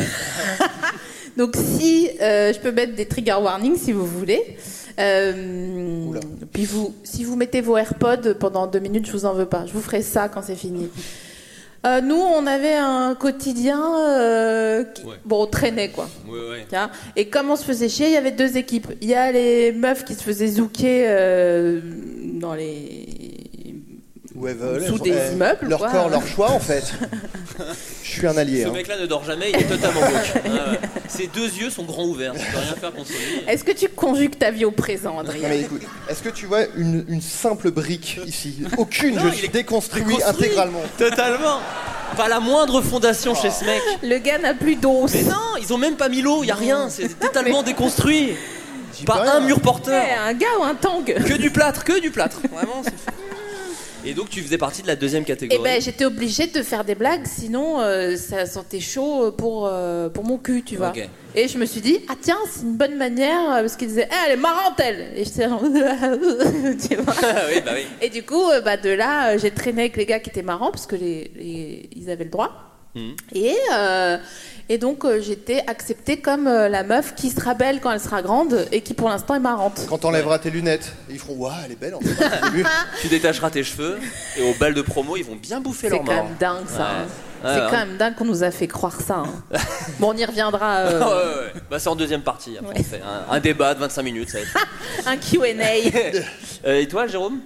S6: Donc si euh, je peux mettre des trigger warnings si vous voulez. Euh, puis vous, si vous mettez vos AirPods pendant deux minutes, je vous en veux pas. Je vous ferai ça quand c'est fini. Euh, nous, on avait un quotidien, euh, qui-
S5: Ouais.
S6: bon, on traînait quoi.
S5: Ouais, ouais.
S6: Tiens. Et comme on se faisait chier, il y avait deux équipes. Il y a les meufs qui se faisaient zouker euh, dans les
S3: Où elles veulent,
S6: Sous
S3: elles ont-
S6: des
S3: elles-
S6: immeubles,
S3: Leur
S6: quoi.
S3: corps, leur choix en fait. Je suis un allié.
S5: Ce
S3: hein.
S5: mec-là ne dort jamais, il est totalement woke. Ah ouais. Ses deux yeux sont grands ouverts, tu peux rien faire contre lui.
S6: Est-ce que tu conjugues ta vie au présent,
S3: Non,
S6: Adrien
S3: mais écoute, est-ce que tu vois une, une simple brique ici Aucune,
S5: Non,
S3: je
S5: il
S3: suis
S5: est
S3: déconstruit
S5: Construit,
S3: intégralement.
S5: Totalement. Pas la moindre fondation chez
S6: Oh.
S5: ce mec.
S6: Le gars n'a plus d'os.
S5: Mais non, ils ont même pas mis l'eau, y a rien, c'est totalement déconstruit.
S3: J'y peux
S5: Pas
S3: rien.
S5: un mur porteur.
S6: Ouais, hein. un gars ou un tang
S5: Que du plâtre, que du plâtre. Vraiment, c'est- Et donc tu faisais partie de la deuxième
S6: Eh
S5: catégorie.
S6: ben, j'étais obligée de faire des blagues, sinon euh, ça sentait chaud pour, euh, pour mon cul, tu vois.
S5: Ok.
S6: Et je me suis dit, ah tiens, c'est une bonne manière, euh, parce qu'ils disaient, Eh, elle est marrante, elle Et j'étais genre, tu vois.
S5: Ah oui, bah oui.
S6: Et du coup, euh, bah, de là, euh, j'ai traîné avec les gars qui étaient marrants, parce que les, les- ils avaient le droit.
S5: Mhm.
S6: Et, euh, et donc, euh, j'étais acceptée comme euh, la meuf qui sera belle quand elle sera grande, et qui pour l'instant est marrante.
S3: Quand t'enlèveras tes lunettes, ils feront Waouh, elle est belle en fait. au début.
S5: Tu détacheras tes cheveux et aux balles de promo, ils vont bien bouffer
S6: C'est
S5: leur
S6: quand
S5: mort.
S6: même dingue ça. hein.
S5: Ouais,
S6: C'est
S5: ouais.
S6: quand même dingue qu'on nous a fait croire ça. hein. bon, on y reviendra. euh,
S5: Ah ouais, ouais, ouais. Bah, c'est en deuxième partie. après,
S6: Ouais.
S5: on fait un, un débat de 25 minutes. Ça va être-
S6: Un QA.
S5: Euh, et toi, Jérôme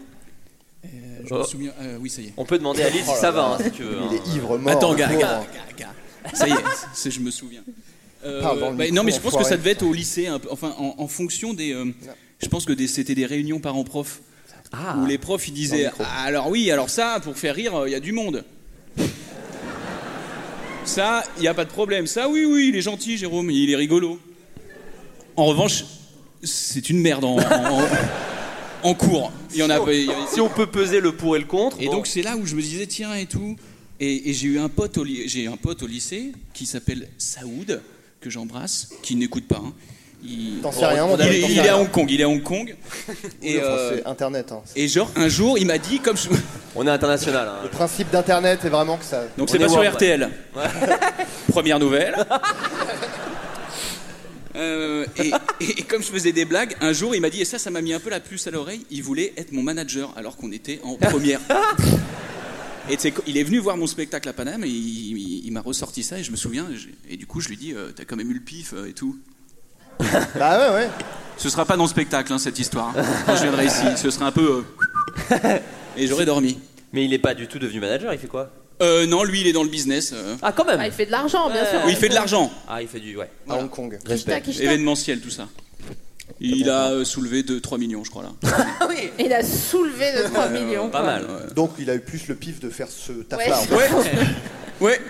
S7: Euh, Je me souviens. euh, oui, ça y est.
S5: On peut demander à Lise
S6: Oh
S5: si ça va, hein, si tu veux. hein.
S3: Il est ivre mort.
S7: Attends,
S3: le
S7: gars,
S3: hein. pauvre.
S7: gars, gars, gars. Ça y est, c'est- je me souviens. Euh,
S3: Parle dans le
S7: bah,
S3: micro,
S7: non, mais je pense que
S3: enfoiré.
S7: ça devait être au lycée, un peu- enfin, en, en fonction des. euh, je pense que des- c'était des réunions parents-prof. Où les profs, ils disaient Ah, Alors oui, alors ça, pour faire rire, il y a du monde. ça, il n'y a pas de problème. Ça, oui, oui, il est gentil, Jérôme, il est rigolo. En revanche, c'est une merde en, en- en- en cours. Il y en a. il y a-
S5: Si on peut peser le pour et le contre.
S7: et
S5: bon.
S7: donc c'est là où je me disais tiens et tout. Et, et j'ai eu un pote au ly- j'ai eu un pote au lycée qui s'appelle Saoud que j'embrasse, qui n'écoute pas. hein. Il,
S3: T'en sais rien, mon
S7: il,
S3: gars,
S7: est-
S3: t'en sais
S7: il est
S3: rien.
S7: à Hong Kong, il est à Hong Kong.
S3: Oui,
S7: Et,
S3: enfin,
S7: euh,
S3: c'est internet. hein.
S7: et genre un jour il m'a dit comme je...
S5: on est international. hein.
S3: Le principe d'internet est vraiment que ça.
S7: donc
S5: On
S7: c'est
S5: est
S7: pas sur
S5: worldwide.
S7: RTL. Première nouvelle. Euh, et, et- et comme je faisais des blagues, un jour il m'a dit, et ça, ça m'a mis un peu la puce à l'oreille, il voulait être mon manager alors qu'on était en première. Et tu sais quoi, il est venu voir mon spectacle à Paname et il, il- il m'a ressorti ça et je me souviens. et j'ai- Et, du coup, je lui dis euh, T'as quand même eu le pif euh, et tout.
S3: bah ouais, ouais.
S7: Ce sera pas dans le spectacle, hein, cette histoire. Quand je viendrai ici, ce sera un peu. euh, et j'aurais dormi.
S5: Mais il est pas du tout devenu manager, il fait quoi
S7: Euh, non, lui, il est dans le business. euh.
S5: Ah, quand même
S6: Ah, il fait de l'argent, bien sûr.
S7: Oui, il fait de l'argent.
S5: Ah, il fait du. Ouais.
S3: À Hong Kong.
S5: Respect.
S6: Kishta, Kishta.
S7: Événementiel, tout ça. Il a euh, soulevé 2-3 millions, je crois, là.
S6: Il a soulevé de 3 millions.
S5: Pas
S6: quoi.
S5: mal.
S3: Donc il a eu plus le pif de faire ce
S6: Ouais.
S3: taf-là,
S7: Ouais, ouais,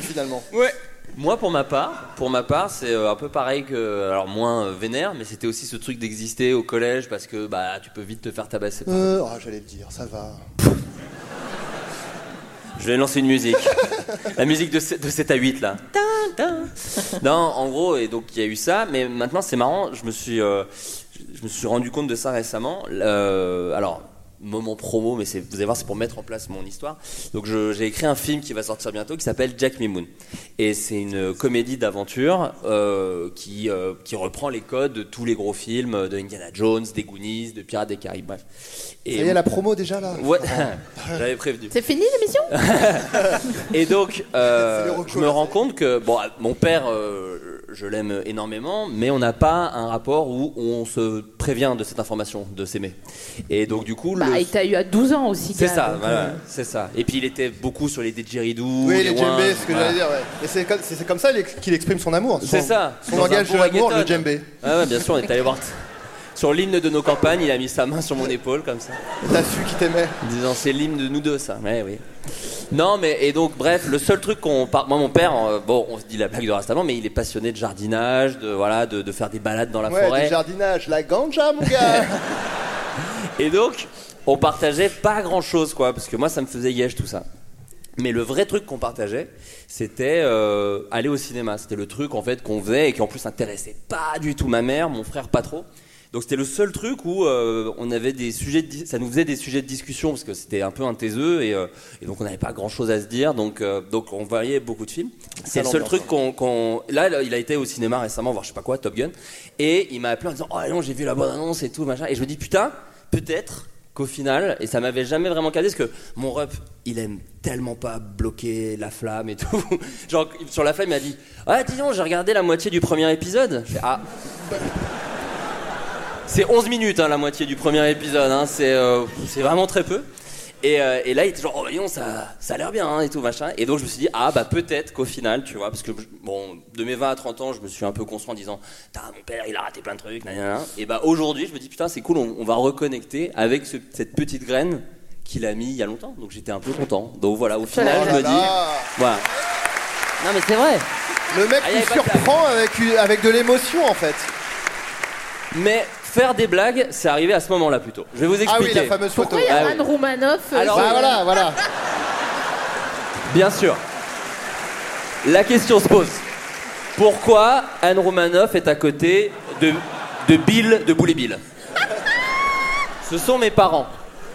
S3: finalement.
S7: ouais.
S5: Moi, pour ma part, pour ma part, c'est euh, un peu pareil que, alors moins euh, vénère, mais c'était aussi ce truc d'exister au collège parce que bah tu peux vite te faire tabasser. par-
S3: Euh, oh, j'allais le dire, ça va.
S5: Je vais lancer une musique. La musique de, sept- de 7 à 8 là. Tin, tin. Non, en gros, et donc il y a eu ça, mais maintenant c'est marrant, je me suis, euh, je me suis rendu compte de ça récemment. Euh, alors, moment promo, mais c'est- vous allez voir, c'est pour mettre en place mon histoire. Donc je- j'ai écrit un film qui va sortir bientôt qui s'appelle Jack Mimoun. Et c'est une comédie d'aventure euh, qui, euh, qui reprend les codes de tous les gros films de Indiana Jones, des Goonies, de Pirates des Caraïbes, bref.
S3: Et il y a la promo déjà là
S5: Ouais, j'avais prévenu.
S6: C'est fini l'émission
S5: Et donc, euh,
S3: C'est les recos,
S5: je me
S3: là.
S5: rends compte que bon, ah, mon père, euh, je l'aime énormément, mais on n'a pas un rapport où on se prévient de cette information, de s'aimer. Et donc, du coup, le-
S6: Bah, il t'a eu à 12 ans aussi.
S5: c'est
S6: gars,
S5: ça,
S6: donc,
S5: voilà,
S6: euh,
S5: c'est ça. Et puis, il était beaucoup sur les didgeridoo,
S3: Oui, les
S5: winds,
S3: djembés, c'est ce que
S5: voilà.
S3: j'allais dire, ouais. Et c'est comme, c'est- c'est comme ça l'ex- qu'il exprime son amour. son-
S5: C'est ça.
S3: Son
S5: dans un
S3: langage
S5: bon
S3: de l'amour, le
S5: reggaeton.
S3: djembé.
S5: Ah ouais, bien sûr, on est allé voir. Sur l'hymne de nos campagnes, il a mis sa main sur mon épaule comme ça.
S3: T'as su qu'il t'aimait.
S5: En disant c'est l'hymne de nous deux ça ouais oui non mais et donc bref le seul truc qu'on par- moi mon père euh, bon on se dit la blague de Rastaman mais il est passionné de jardinage de voilà de, de faire des balades dans la
S3: Ouais,
S5: forêt
S3: du jardinage, la ganja, mon gars.
S5: et donc on partageait pas grand chose quoi parce que moi ça me faisait yège tout ça mais le vrai truc qu'on partageait, c'était euh, aller au cinéma. C'était le truc en fait qu'on faisait et qui en plus intéressait pas du tout ma mère, mon frère pas trop. Donc c'était le seul truc où euh, on avait des sujets, de dis- ça nous faisait des sujets de discussion parce que c'était un peu un taiseux et, euh, et donc on n'avait pas grand chose à se dire. Donc euh, donc on voyait beaucoup de films. C'est le seul truc qu'on qu'on- là, là, il a été au cinéma récemment voir je sais pas quoi Top Gun et il m'a appelé en disant oh non j'ai vu la bonne annonce et tout machin et je me dis putain peut-être qu'au final, et ça m'avait jamais vraiment cadé, parce que mon rep, il aime tellement pas bloquer la flamme et tout. Genre, sur la flamme, il m'a dit Ah, dis donc, j'ai regardé la moitié du premier épisode. Je fais, Ah. C'est 11 minutes, hein, la moitié du premier épisode, hein, c'est euh, c'est vraiment très peu. Et, euh, et là, il était genre, oh, voyons, ça, ça a l'air bien, hein, et tout, machin. Et donc, je me suis dit, ah, bah, peut-être qu'au final, tu vois, parce que, je- bon, de mes 20 à 30 ans, je me suis un peu construit en disant, Putain, mon père, il a raté plein de trucs, nan, nan, nan. Et bah, aujourd'hui, je me dis, putain, c'est cool, on, on va reconnecter avec ce- cette petite graine qu'il a mis il y a longtemps. Donc, j'étais un peu content. Donc, voilà, au final, je me dis,
S3: Ah,
S5: voilà. Non, mais c'est vrai.
S3: le mec
S5: Ah, y
S3: nous
S5: avait pas de
S3: surprend avec, une- avec de l'émotion en fait.
S5: Mais faire des blagues, c'est arrivé à ce moment-là, plutôt. Je vais vous
S3: Ah oui,
S5: expliquer.
S3: la fameuse photo.
S6: Pourquoi il y
S5: Ah
S6: a
S5: oui.
S6: Anne Roumanoff euh,
S5: Alors,
S6: sur-
S3: Bah voilà, voilà.
S5: Bien sûr. La question se pose. Pourquoi Anne Romanoff est à côté de, de Bill, de Boulet Bill Ce sont mes parents.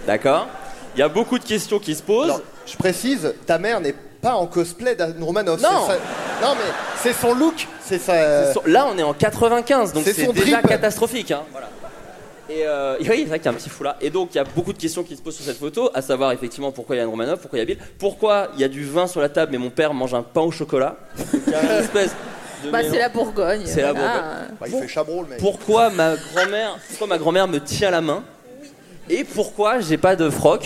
S5: D'accord Il y a beaucoup de questions qui se posent.
S3: Alors, je précise, ta mère n'est pas en cosplay d'Anne Romanoff.
S5: Non.
S3: c'est sa- non mais c'est son look, c'est sa.
S5: Ce sont- Là, on est en 95, donc
S3: euh, C'est
S5: c'est
S3: son
S5: déjà
S3: drip.
S5: catastrophique. hein. Voilà. Et euh, oui, c'est vrai qu'il y a un petit foulard. Et donc, il y a beaucoup de questions qui se posent sur cette photo, à savoir effectivement pourquoi il y a Anne Romanoff, pourquoi il y a Bill, pourquoi il y a du vin sur la table, mais mon père mange un pain au chocolat. Donc, il y a une espèce de
S6: Bah,
S5: mélange.
S6: c'est la Bourgogne.
S5: C'est la
S6: voilà.
S5: Bourgogne.
S3: Bah, il fait chabron le mec.
S5: pourquoi ma grand-mère pourquoi ma grand-mère me tient la main et pourquoi j'ai pas de froc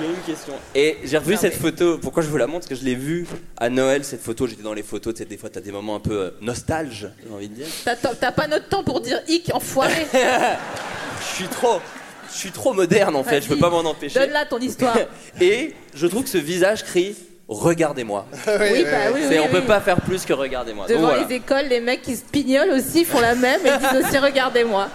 S5: J'ai une question. Et j'ai revu cette photo, pourquoi je vous la montre Parce que je l'ai vue à Noël, cette photo, j'étais dans les photos, tu sais, des fois t'as des moments un peu euh, nostalges, j'ai envie de dire.
S6: T'as- T'as t'as pas notre temps pour dire hic, enfoiré.
S5: Je suis trop, je suis trop moderne en fait, je peux
S6: Vas-y,
S5: pas m'en empêcher.
S6: Donne-la ton histoire.
S5: Et je trouve que ce visage crie Regardez-moi.
S6: oui, bah oui,
S5: C'est-
S6: oui.
S5: on peut
S6: oui.
S5: pas faire plus que regardez-moi. Donc
S6: Devant
S5: voilà.
S6: les écoles, les mecs qui se pignolent aussi font la même et disent aussi regardez-moi.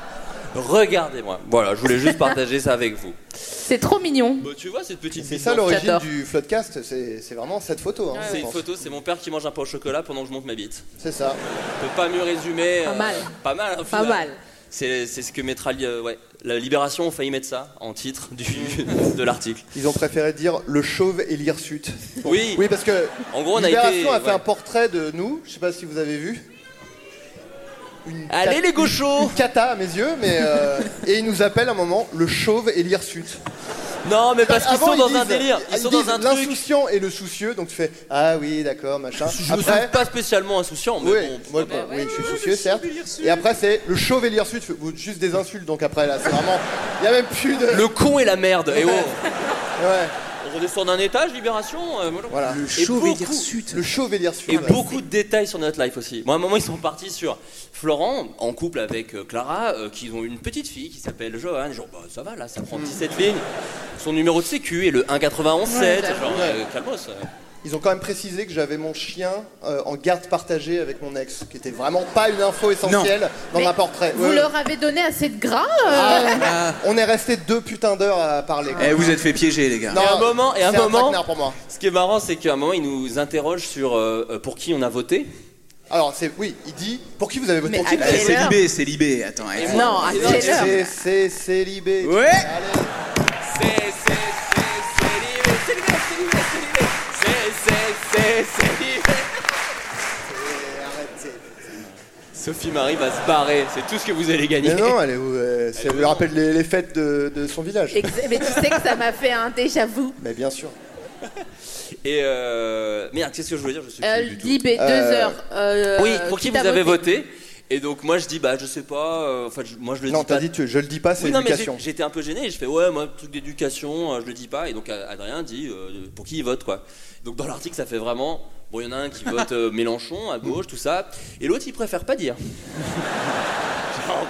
S5: Regardez-moi. Voilà, je voulais juste partager ça avec vous.
S6: C'est trop mignon.
S5: Bah, tu vois cette petite
S3: C'est
S5: bite
S3: ça
S5: d'enfant.
S3: l'origine
S6: J'adore.
S3: du floodcast, c'est c'est vraiment cette photo.
S6: Ah
S3: hein, je
S5: C'est une
S3: pense.
S5: photo, c'est mon père qui mange un pain au chocolat pendant que je monte ma bite.
S3: C'est ça.
S5: Je peux pas mieux résumer. euh,
S6: Pas mal.
S5: Pas mal, hein, au
S6: Pas
S5: final.
S6: mal.
S5: C'est c'est ce que mettra li- euh, ouais. la Libération, ont failli mettre ça en titre du, de l'article.
S3: Ils ont préféré dire le chauve et l'hirsute.
S5: Oui.
S3: Oui, parce que
S5: En gros, on a été-
S3: Libération a fait
S5: ouais.
S3: un portrait de nous. Je sais pas si vous avez vu. Une
S5: Allez,
S3: cat-
S5: les gauchos
S3: Une cata à mes yeux, mais euh, et il nous appelle un moment le chauve et l'hirsute.
S5: Non, mais parce qu'ils
S3: Avant,
S5: sont
S3: ils
S5: dans un
S3: disent-
S5: délire. Ils sont
S3: disent
S5: dans un truc.
S3: L'insouciant et le soucieux, donc tu fais Ah oui, d'accord, machin.
S5: Je me
S3: Après,
S5: trouve pas spécialement insouciant, mais
S3: oui,
S5: bon.
S3: moi, quoi, oui, je suis soucieux, certes. Et après, c'est le chevalier sud, vous- juste des insultes, donc après, là, c'est vraiment. Il y a même plus de.
S5: Le con et la merde. Et oh.
S3: Ouais,
S5: On redescend d'un étage, libération. euh, voilà.
S3: voilà. Le
S5: Et beaucoup-
S3: Le chevalier sud.
S5: Et
S3: ouais.
S5: beaucoup de détails sur notre life aussi. Moi, à un moment, ils sont partis sur Florent, en couple avec euh, Clara, euh, qui ont une petite fille qui s'appelle Johan. Genre, bah, ça va, là, ça prend 17 lignes. Son numéro de sécu est le 191 7
S6: Ouais,
S5: genre, euh, calmos. euh.
S3: Ils ont quand même précisé que j'avais mon chien euh, en garde partagée avec mon ex, qui était vraiment pas une info essentielle dans
S6: Mais
S3: ma portrait.
S6: Vous
S3: Ouais.
S6: leur avez donné assez de gras euh,
S5: Ah,
S7: Ah.
S3: On est resté deux putains d'heures à parler. quoi.
S2: Eh, vous êtes fait piéger, les gars.
S5: Et un moment- et un
S3: c'est
S5: moment-
S3: traquenard pour moi.
S5: Ce qui est marrant, c'est qu'à un moment, ils nous interrogent sur euh, euh, pour qui on a voté.
S3: Alors, c'est oui, il dit pour qui vous avez voté
S6: Mais
S3: Pour qui
S7: Eh,
S6: à
S3: vous avez
S6: quelle
S2: C'est
S6: heure
S2: Libé, c'est Libé. Attends, eh.
S6: Non, ah, à
S5: Et non,
S6: quelle heure
S3: C'est- C'est c'est Libé.
S2: Ouais.
S3: Allez.
S5: C'est, c'est, c'est, c'est libé, c'est libé, c'est libé, c'est libé. C'est, c'est, c'est, c'est libé. Sophie Marie va se barrer, c'est tout ce que vous allez gagner.
S3: Mais non, elle est où euh, c'est- Elle
S5: où
S3: me rappelle les, les fêtes de, de son village.
S6: Ex- Mais tu sais que ça m'a fait un déjà vu.
S3: Mais bien sûr.
S5: Et euh... merde, qu'est-ce que je voulais dire Je sais plus
S6: Euh,
S5: du tout.
S6: Libé, deux
S3: Euh,
S6: heures. Euh,
S5: Oui, pour qui vous
S6: t'a
S5: avez voté Et donc moi je dis bah je sais pas. euh, Enfin je- moi je le
S3: Non,
S5: dis pas.
S3: t'as dit, tu, je le dis pas, c'est
S5: Oui, non, mais
S3: l'éducation.
S5: j'ai- j'étais un peu gêné et je fais ouais moi truc d'éducation euh, je le dis pas et donc euh, Adrien dit euh, pour qui il vote quoi. Donc dans l'article ça fait vraiment bon il y en a un qui vote euh, Mélenchon à gauche tout ça et l'autre il préfère pas dire. Genre,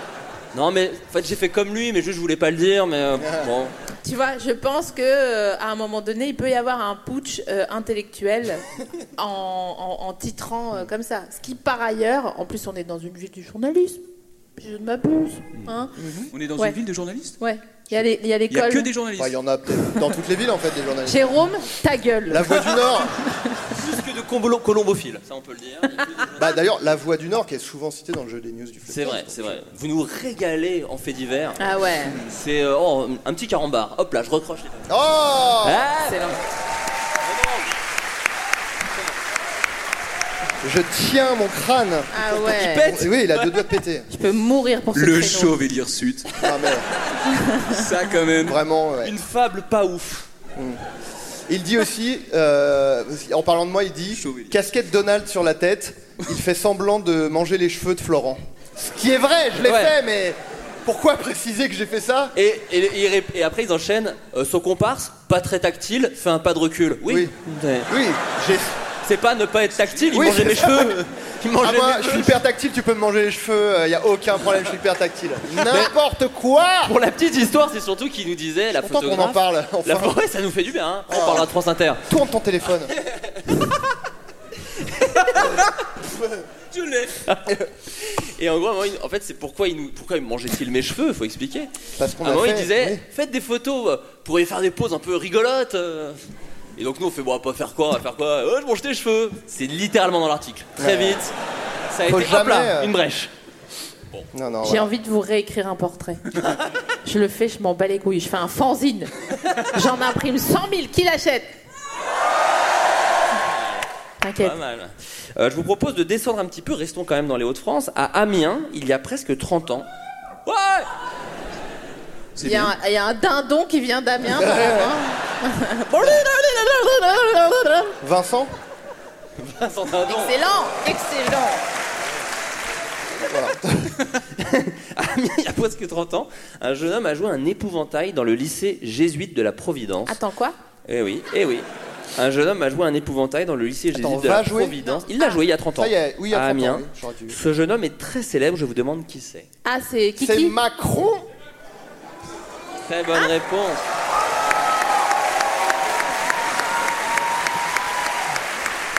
S5: non mais en fait j'ai fait comme lui mais juste je voulais pas le dire mais euh, bon.
S6: Tu vois, je pense que euh, à un moment donné, il peut y avoir un putsch euh, intellectuel en, en- en titrant euh, comme ça. Ce qui, par ailleurs, en plus, on est dans une ville du journalisme. Je ne m'abuse. Hein
S7: On est dans
S6: Ouais.
S7: une ville de journalistes
S6: ouais. Il y a les- il y a
S7: Mm-hmm. Il n'y a
S6: l'école.
S7: que des
S3: Enfin, il
S7: journalistes.
S3: y en a peut-être dans toutes les villes en fait des journalistes.
S6: Jérôme, ta gueule.
S3: La Voix du Nord.
S5: Plus que de combolo- colombophile ça on peut le dire. Il y a que des
S3: Bah d'ailleurs, la Voix du Nord qui est souvent citée dans le jeu des news du
S5: C'est
S3: festival.
S5: vrai, c'est vrai. Vous nous régalez en fait divers.
S6: Ah ouais.
S5: C'est euh, oh, un petit carambar. Hop là, je recroche. les-
S3: Oh
S5: Ah,
S3: Je tiens mon crâne.
S6: Ah ouais.
S5: Pète.
S3: Oui, il a deux doigts de péter.
S6: Je peux mourir pour ce
S7: Le
S6: prénom.
S7: Chauvellier Sud.
S3: Ah, mais
S7: Ça, quand même.
S3: vraiment. ouais.
S5: Une fable pas ouf.
S3: Il dit aussi, euh, en parlant de moi, il dit casquette Donald sur la tête. Il fait semblant de manger les cheveux de Florent. Ce qui est vrai, je l'ai
S5: Ouais.
S3: fait, mais pourquoi préciser que j'ai fait ça
S5: Et, et- et ils ré- et après ils enchaînent. euh, son comparse, pas très tactile, fait un pas de recul. Oui. Mais
S3: Oui, j'ai.
S5: C'est pas ne pas être tactile, il
S3: Oui,
S5: mangeait
S3: c'est
S5: mes
S3: ça.
S5: cheveux. Il mangeait
S3: Ah, moi,
S5: mes
S3: je suis
S5: cheveux.
S3: hyper tactile, tu peux me manger les cheveux, il y a aucun problème, je suis hyper tactile. N'importe quoi
S5: Pour la petite histoire, c'est surtout qu'il nous disait la
S3: suis content qu'on
S5: photographe.
S3: en parle, enfin. Oh.
S5: La forêt, ça nous fait du bien. hein. On parlera de France Inter.
S3: Tourne ton téléphone.
S5: Je l'ai. Et en gros, à un moment, il- en fait, c'est pourquoi il nous, pourquoi il mangeait-il mes cheveux Faut expliquer.
S3: Parce qu'on
S5: À un
S3: a
S5: moment, il
S3: fait,
S5: disait,
S3: oui.
S5: faites des photos, euh, pourriez faire des poses un peu rigolotes. euh. Et donc nous, on fait, bon, on va pas faire quoi, on va faire quoi Euh, Je mange tes cheveux. C'est littéralement dans l'article. Très
S3: Ouais.
S5: vite. Ça a
S3: Faut
S5: été, hop
S3: jamais,
S5: là,
S3: euh,
S5: une brèche.
S3: Non, non,
S6: J'ai
S3: voilà.
S6: envie de vous réécrire un portrait. je le fais, je m'en bats les couilles. Je fais un fanzine. J'en imprime 100 000. Qui l'achète T'inquiète.
S5: Pas mal. Euh, je vous propose de descendre un petit peu, restons quand même dans les Hauts-de-France. À Amiens, il y a presque 30 ans. Ouais
S6: Il y, a un- il y a un dindon qui vient d'Amiens. par là, hein.
S3: Vincent
S5: Vincent Dindon.
S6: excellent, excellent.
S5: Amiens, il y a presque 30 ans, un jeune homme a joué un épouvantail dans le lycée jésuite de la Providence.
S6: Attends quoi
S5: Eh oui, eh oui. Un jeune homme a joué un épouvantail dans le lycée
S3: Attends,
S5: jésuite de
S3: va
S5: la
S3: jouer
S5: Providence. Il l'a joué il y a 30 ans.
S3: Ça y est, oui, il y a
S5: à
S3: 30 ans,
S5: Amiens.
S3: oui, j'aurais dû-
S5: Ce jeune homme est très célèbre, je vous demande qui c'est.
S6: Ah c'est
S3: C'est
S6: Kiki.
S3: Macron
S5: Très bonne réponse.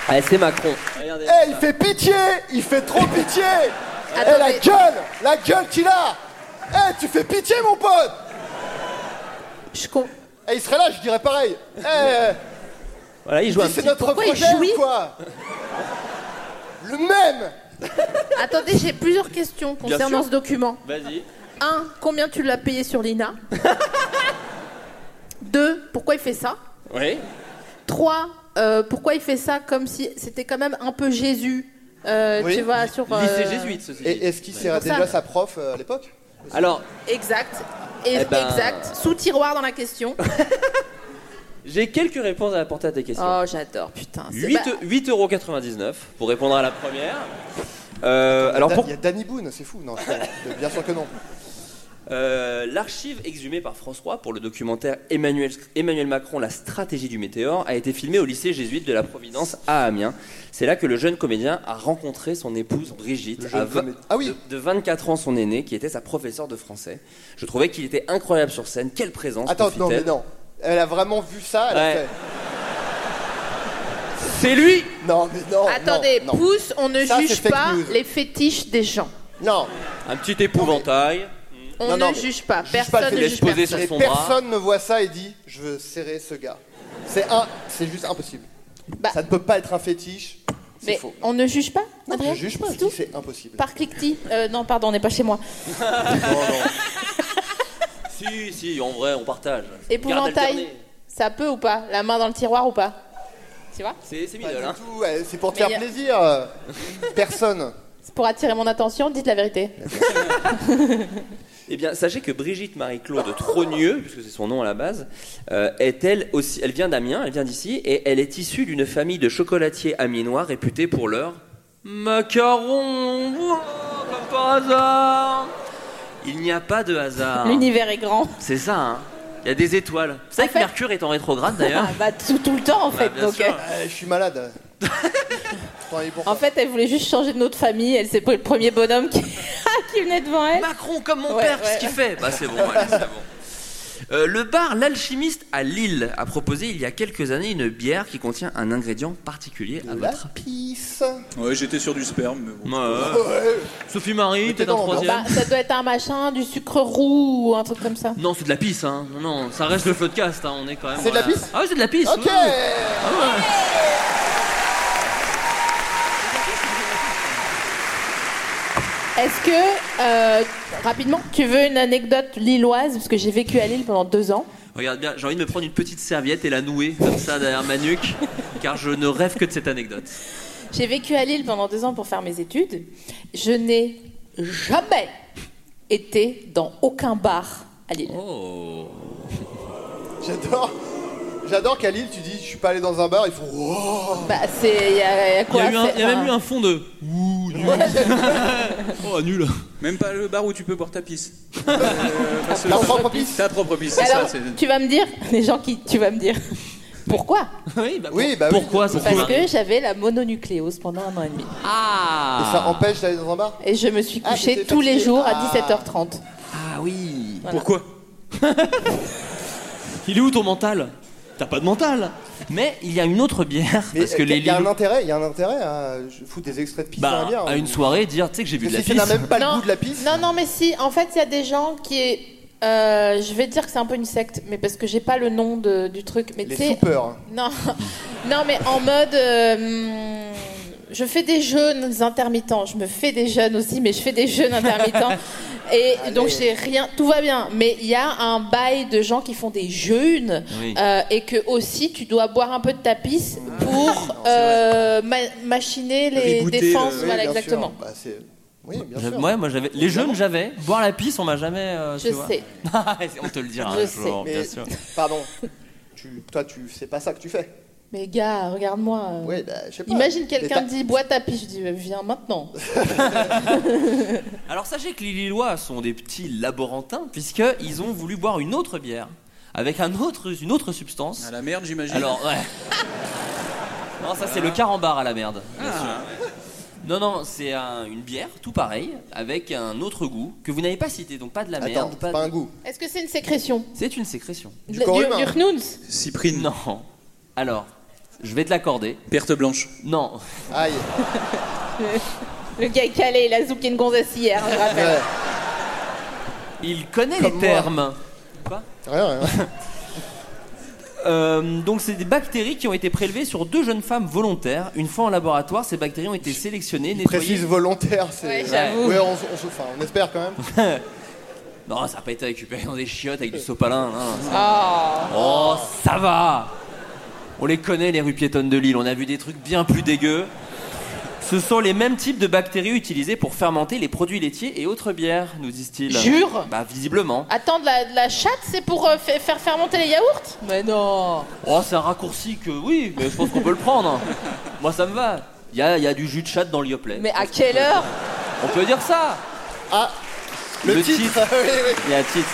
S5: Ah, c'est Macron. Regardez.
S3: Eh, il fait pitié Il fait trop pitié Eh,
S6: Attends,
S3: la
S6: mais-
S3: gueule La gueule qu'il a Eh, tu fais pitié, mon pote
S6: Je com-
S3: Eh, il serait là, je dirais pareil Eh,
S5: Voilà, il joue un
S3: c'est
S5: petit...
S3: notre
S6: pourquoi il
S3: projet
S6: jouit
S3: ou quoi Le même
S6: Attendez, j'ai plusieurs questions concernant
S5: sûr.
S6: ce document.
S5: Vas-y.
S6: Un, Combien tu l'as payé sur l'INA Deux, Pourquoi il fait ça
S5: Oui.
S6: 3. euh, pourquoi il fait ça comme si c'était quand même un peu Jésus euh,
S3: Oui.
S6: Tu vois, sur. euh,
S5: Lycée jésuite, ceci dit.
S3: Bah, Et est-ce qu'il sert
S6: pour ça.
S3: déjà sa prof euh, à l'époque
S5: Alors,
S6: Exact. Et-
S5: Eh ben.
S6: Exact. Sous tiroir dans la question.
S5: J'ai quelques réponses à apporter à tes
S3: Ah,
S5: questions.
S6: Oh, j'adore, putain. c'est-
S5: 8,
S6: bah,
S5: 8,99€ pour répondre à la première. Euh, alors
S3: Da-
S5: pour
S3: Il y a Danny Boone, c'est fou. Non, c'est pas- bien sûr que non.
S5: Euh, l'archive exhumée par François pour le documentaire Emmanuel, Emmanuel Macron, la stratégie du météore, a été filmée au lycée jésuite de la Providence à Amiens. C'est là que le jeune comédien a rencontré son épouse Brigitte,
S3: jeune
S5: à vingt-
S3: comé- Ah oui.
S5: de, de 24 ans son aîné, qui était sa professeure de français. Je trouvais qu'il était incroyable sur scène, quelle présence
S3: Attends, non, mais
S5: profite-t-elle.
S3: non. Elle a vraiment vu ça. Elle a
S5: Ouais.
S3: fait-
S5: C'est lui
S3: Non, mais non.
S6: Attendez,
S3: non, non.
S6: pouce, on ne
S3: Ça, c'est
S6: juge
S3: fake
S6: pas
S3: news.
S6: les fétiches des gens.
S3: Non.
S5: Un petit épouvantail.
S6: On
S3: Non, non,
S6: ne
S3: mais
S6: juge pas.
S3: juge
S6: Personne
S3: pas le
S6: ne
S3: fait
S6: juge
S5: d'exposer
S6: personne.
S5: sur
S3: Et
S5: son bras.
S3: personne ne voit ça et dit je veux serrer ce gars. C'est un, c'est juste impossible.
S6: Bah,
S3: Ça ne peut pas être un fétiche. C'est
S6: mais
S3: faux.
S6: on ne juge pas
S3: Non,
S6: Adrien
S3: je juge pas.
S6: C'est
S3: je
S6: tout
S3: dis C'est impossible.
S6: Par cliquetis. Euh, non, pardon, on n'est pas chez moi.
S3: Non, non.
S5: Si, si, en vrai, on partage. Garde
S6: Épouvantail,
S5: alternée.
S6: ça peut ou pas La main dans le tiroir ou pas Tu vois
S5: C'est c'est
S3: Pas
S5: middle, hein.
S3: du tout, ouais, c'est pour te
S6: Mais
S3: faire
S6: y a-
S3: plaisir. euh. Personne.
S6: C'est pour attirer mon attention, dites la vérité.
S5: Eh bien, sachez que Brigitte Marie-Claude Trogneux, puisque c'est son nom à la base, euh, est elle aussi. Elle vient d'Amiens, elle vient d'ici, et elle est issue d'une famille de chocolatiers amiénois réputés pour leur macaron. Comme par hasard. Il n'y a pas de
S3: Ah.
S5: hasard.
S6: L'univers est grand.
S5: C'est ça. hein. Il y a des étoiles. Vous savez
S6: En
S5: que
S6: fait-
S5: Mercure est en rétrograde d'ailleurs.
S6: Ah, bah, tout, tout le temps, en fait.
S5: bien
S6: donc,
S5: sûr.
S6: euh,
S3: Euh, je suis malade. Attends, et pourquoi
S6: en fait, elle voulait juste changer de nom de famille. Elle s'est pris le premier bonhomme qui, qui venait devant elle.
S5: Macron comme mon
S6: Ouais,
S5: père,
S6: ouais.
S5: qu'est-ce qu'il fait Bah c'est bon, allez, c'est bon. Euh, le bar L'Alchimiste à Lille a proposé il y a quelques années une bière qui contient un ingrédient particulier à
S3: La
S5: votre
S3: pisse.
S7: Ouais, j'étais sur du sperme, mais bon.
S5: Sophie Marie,
S3: t'es
S5: t'es
S3: dans
S5: en
S3: le
S5: troisième
S6: Bah, ça doit être un machin, du sucre roux ou un truc comme ça.
S5: Non, c'est de la pisse, hein. Non, non, ça reste le floodcast, hein. On est quand même.
S3: C'est de la
S5: voilà.
S3: pisse
S5: Ah ouais, c'est de la pisse.
S3: Ok. Ah,
S5: ouais, ouais.
S6: Est-ce que, euh, rapidement, tu veux une anecdote lilloise Parce que j'ai vécu à Lille pendant deux ans.
S5: Regarde bien, j'ai envie de me prendre une petite serviette et la nouer comme ça derrière ma nuque, car je ne rêve que de cette anecdote.
S6: J'ai vécu à Lille pendant deux ans pour faire mes études. Je n'ai jamais été dans aucun bar à Lille.
S5: Oh.
S7: Oh.
S3: J'adore. J'adore qu'à Lille, tu dis je suis pas allé dans un bar, ils font oh. wow.
S6: Bah, c'est. Il y a, y a
S5: Il y
S6: quoi
S5: a, eu un-
S6: c'est-
S5: il y a même
S6: enfin,
S5: eu un fond de. Ouh, nul. oh, nul.
S7: Même pas le bar où tu peux boire ta pisse. Euh,
S3: La propre pisse.
S7: Ta propre pisse, c'est ça.
S6: Alors,
S7: c'est-
S6: tu vas me dire, les gens qui. Tu vas me dire. Pourquoi
S5: Oui, bah,
S3: Oui, bah oui.
S5: pourquoi ça
S6: Parce que j'avais la mononucléose pendant un an et demi.
S3: Et
S5: Ah
S3: ça empêche d'aller dans un bar
S6: Et je me suis
S3: Ah,
S6: couchée
S3: t'étais
S6: tous les
S3: fatiguée.
S6: jours
S3: Ah.
S6: à 17h30.
S5: Ah oui
S7: Pourquoi
S5: Il est où ton mental T'as pas de mental Mais il y a une autre bière, parce que
S3: euh,
S5: les
S3: il y a un
S5: Lillois-
S3: intérêt, il y a un intérêt à foutre des extraits de pisse à
S5: Bah,
S3: la bière.
S5: à une soirée, dire, tu sais que j'ai vu
S3: Parce
S5: de
S3: que
S5: la
S3: si tu n'as
S5: pisse.
S3: même pas le
S6: non,
S3: goût de la pisse.
S6: Non, non, mais si. En fait, il y a des gens qui. euh, je vais dire que c'est un peu une secte, mais parce que j'ai pas le nom de- du truc. Mais tu
S3: Les
S6: sais-
S3: soupeurs.
S6: Non, non, mais en mode. euh, hmm, je fais des jeûnes intermittents. Je me fais des jeûnes aussi, mais je fais des jeûnes intermittents. Et donc j'ai rien, tout va bien. Mais il y a un bail de gens qui font des jeûnes
S5: Oui.
S6: euh, et que aussi tu dois boire un peu de ta pisse pour euh, ma- machiner les
S7: Rigouter,
S6: défenses.
S7: le-
S3: Oui,
S6: voilà,
S3: bien sûr.
S6: exactement.
S3: Bah, c'est- oui, bien
S5: J'avais-
S3: sûr.
S5: Ouais, moi j'avais. Les jeunes, j'avais. Boire la pisse, on m'a jamais. euh,
S6: Je
S5: tu vois.
S6: sais.
S5: On te le dira
S6: Je
S5: un jour,
S3: Mais-
S5: bien sûr.
S3: Pardon. Tu, toi, tu, c'est pas ça que tu fais.
S6: Mais gars, regarde-moi. euh,
S3: Ouais, bah, je sais pas.
S6: Imagine
S3: Mais
S6: quelqu'un
S3: t'as-
S6: dit bois ta pisse. Je dis euh, viens maintenant.
S5: Alors sachez que les Lillois sont des petits laborantins, puisqu'ils ont voulu boire une autre bière, avec un autre, une autre substance.
S7: À la merde, j'imagine.
S5: Alors, ouais. Non, ça c'est le carambar à la merde. bien sûr. Non, non, c'est un- une bière, tout pareil, avec un autre goût que vous n'avez pas cité, donc pas de la
S3: Attends,
S5: merde.
S3: c'est
S5: Pas
S3: pas,
S5: de-
S3: un goût.
S6: Est-ce que c'est une sécrétion
S5: C'est une sécrétion.
S6: Du,
S3: corps humain.
S6: du Knouds
S7: Cyprine,
S5: Non. Alors, je vais te l'accorder.
S7: perte blanche.
S5: Non.
S3: Aïe.
S6: Le gars est calé, il a zooké une gonzesse hier, je rappelle.
S3: Ouais.
S5: Il connaît
S3: Comme
S5: les
S3: moi.
S5: termes.
S3: Rien, rien.
S5: Euh, donc c'est des bactéries qui ont été prélevées sur deux jeunes femmes volontaires. Une fois en laboratoire, ces bactéries ont été sélectionnées, nettoyées.
S3: Précise volontaire, c'est.
S6: Ouais, j'avoue.
S3: Ouais, on, s- on se- enfin, on espère quand même.
S5: Non, ça n'a pas été récupéré dans des chiottes avec du sopalin. hein.
S6: Oh.
S5: Oh, ça va On les connaît, les rues piétonnes de Lille. On a vu des trucs bien plus dégueux. Ce sont les mêmes types de bactéries utilisées pour fermenter les produits laitiers et autres bières, nous disent-ils.
S6: Jure
S5: Bah visiblement.
S6: Attends, de la, de la chatte, c'est pour euh, fa- faire fermenter les yaourts Mais non
S5: Oh, c'est un raccourci que oui, mais je pense qu'on peut le prendre. Moi, ça me va. Il y a, il y a du jus de chat dans l'Ioplay.
S6: Mais à quelle heure
S5: On peut dire ça
S3: Ah Le, titre, oui, oui.
S5: Il y a un titre.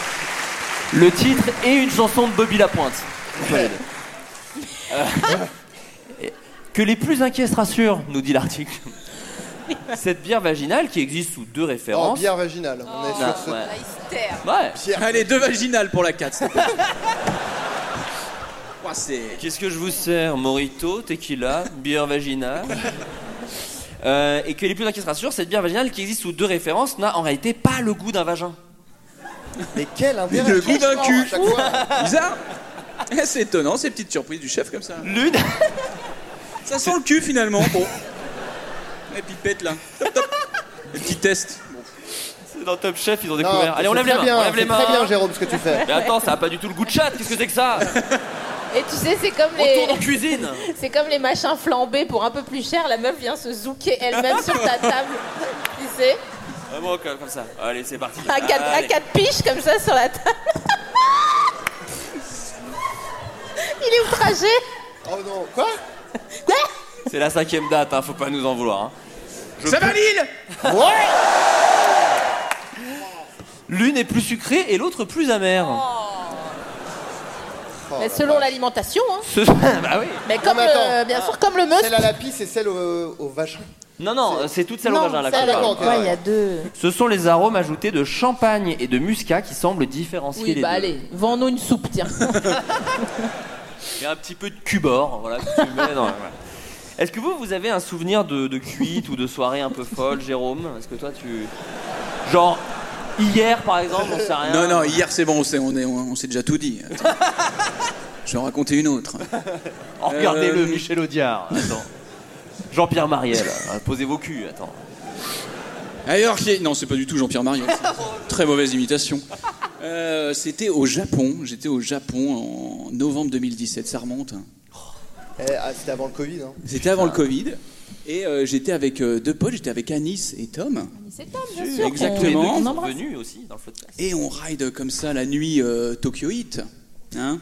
S5: Le titre et une chanson de Bobby Lapointe. Valide.
S3: Oh,
S5: Euh, et- que les plus inquiets se rassurent, nous dit l'article. Cette bière vaginale qui existe sous deux
S3: Oh,
S5: références.
S3: bière vaginale, on est
S5: Non,
S3: sur ce.
S5: Oh. Ah,
S6: Ah,
S5: ouais.
S6: Mystère
S5: Ouais.
S3: Pierre.
S7: Allez, deux vaginales pour la 4. c'est...
S5: Qu'est-ce que je vous sers Morito, tequila, bière vaginale Euh, et que les plus inquiets se rassurent, cette bière vaginale qui existe sous deux références n'a en réalité pas le goût d'un vagin.
S3: Mais quel intérêt
S7: Le goût d'un cul.
S3: à chaque fois.
S7: Bizarre Eh, C'est étonnant, ces petites surprises du chef comme ça.
S5: L'une
S7: Ça sent le cul finalement. Bon. Les pipettes là. Top, top. Le petit test.
S5: Dans Top Chef, ils ont
S3: Non,
S5: découvert. Allez, on
S3: c'est
S5: lève les
S3: très
S5: mains.
S3: bien,
S5: on lève
S3: c'est
S5: les mains.
S3: Très bien, Jérôme, ce que tu fais.
S5: Mais attends, ça a pas du tout le goût de chat. Qu'est-ce que c'est que ça
S6: Et tu sais, c'est comme les...
S5: Retourne en cuisine.
S6: C'est comme les machins flambés pour un peu plus cher, la meuf vient se zouker elle-même sur ta table. Tu sais
S5: Vraiment comme comme ça. Allez, c'est parti.
S6: à quatre, à
S5: Allez.
S6: quatre piches comme ça sur la table. Il est outragé.
S3: Oh non, quoi
S5: C'est la cinquième date. hein, Faut pas nous en vouloir. hein.
S7: Ça va Lille
S5: L'une est plus sucrée et l'autre plus amère.
S6: Oh. Mais selon l'alimentation, hein.
S5: Ce- bah oui.
S6: Mais comme
S3: mais attends.
S6: le, bien sûr, comme le meuf.
S3: Celle à la pisse et celle au, au vagin.
S5: Non, non, c'est toute celle au
S6: Non,
S5: vagin. là,
S6: celle
S5: qu'on
S6: à la-
S5: parle.
S3: d'accord, ok.
S6: Ouais, il y a deux.
S5: Ce sont les arômes ajoutés de champagne et de muscat qui semblent différencier
S6: Oui,
S5: les
S6: bah
S5: deux.
S6: allez, vends-nous une soupe, tiens.
S5: Il y a un petit peu de cubord, voilà. que tu mets dans- voilà. Est-ce que vous, vous avez un souvenir de, de cuite ou de soirée un peu folle, Jérôme Est-ce que toi, tu... Genre, hier, par exemple, on sait rien.
S7: Non, non, hier c'est bon, on s'est, on est- on s'est déjà tout dit. Attends. Je vais en raconter une autre.
S5: Oh, regardez-le,
S7: Euh,
S5: Michel Audiard. Attends. Jean-Pierre Mariel. hein, Posez vos culs, attends.
S7: Ailleurs, qui est- non, c'est pas du tout Jean-Pierre Marion. Très mauvaise imitation. Euh, c'était au Japon. J'étais au Japon en novembre 2017. Ça remonte. hein.
S3: Eh, ah, C'était avant le Covid. Hein.
S7: C'était avant le Covid. Et euh, j'étais avec euh, deux potes. J'étais avec Anis et Tom.
S6: C'est Tom, bien sûr.
S7: Exactement.
S5: Tous les deux
S7: On
S5: qui sont
S6: embrasse.
S5: venus aussi dans le podcast.
S7: Et on ride comme ça la nuit euh, Tokyo Heat. Hein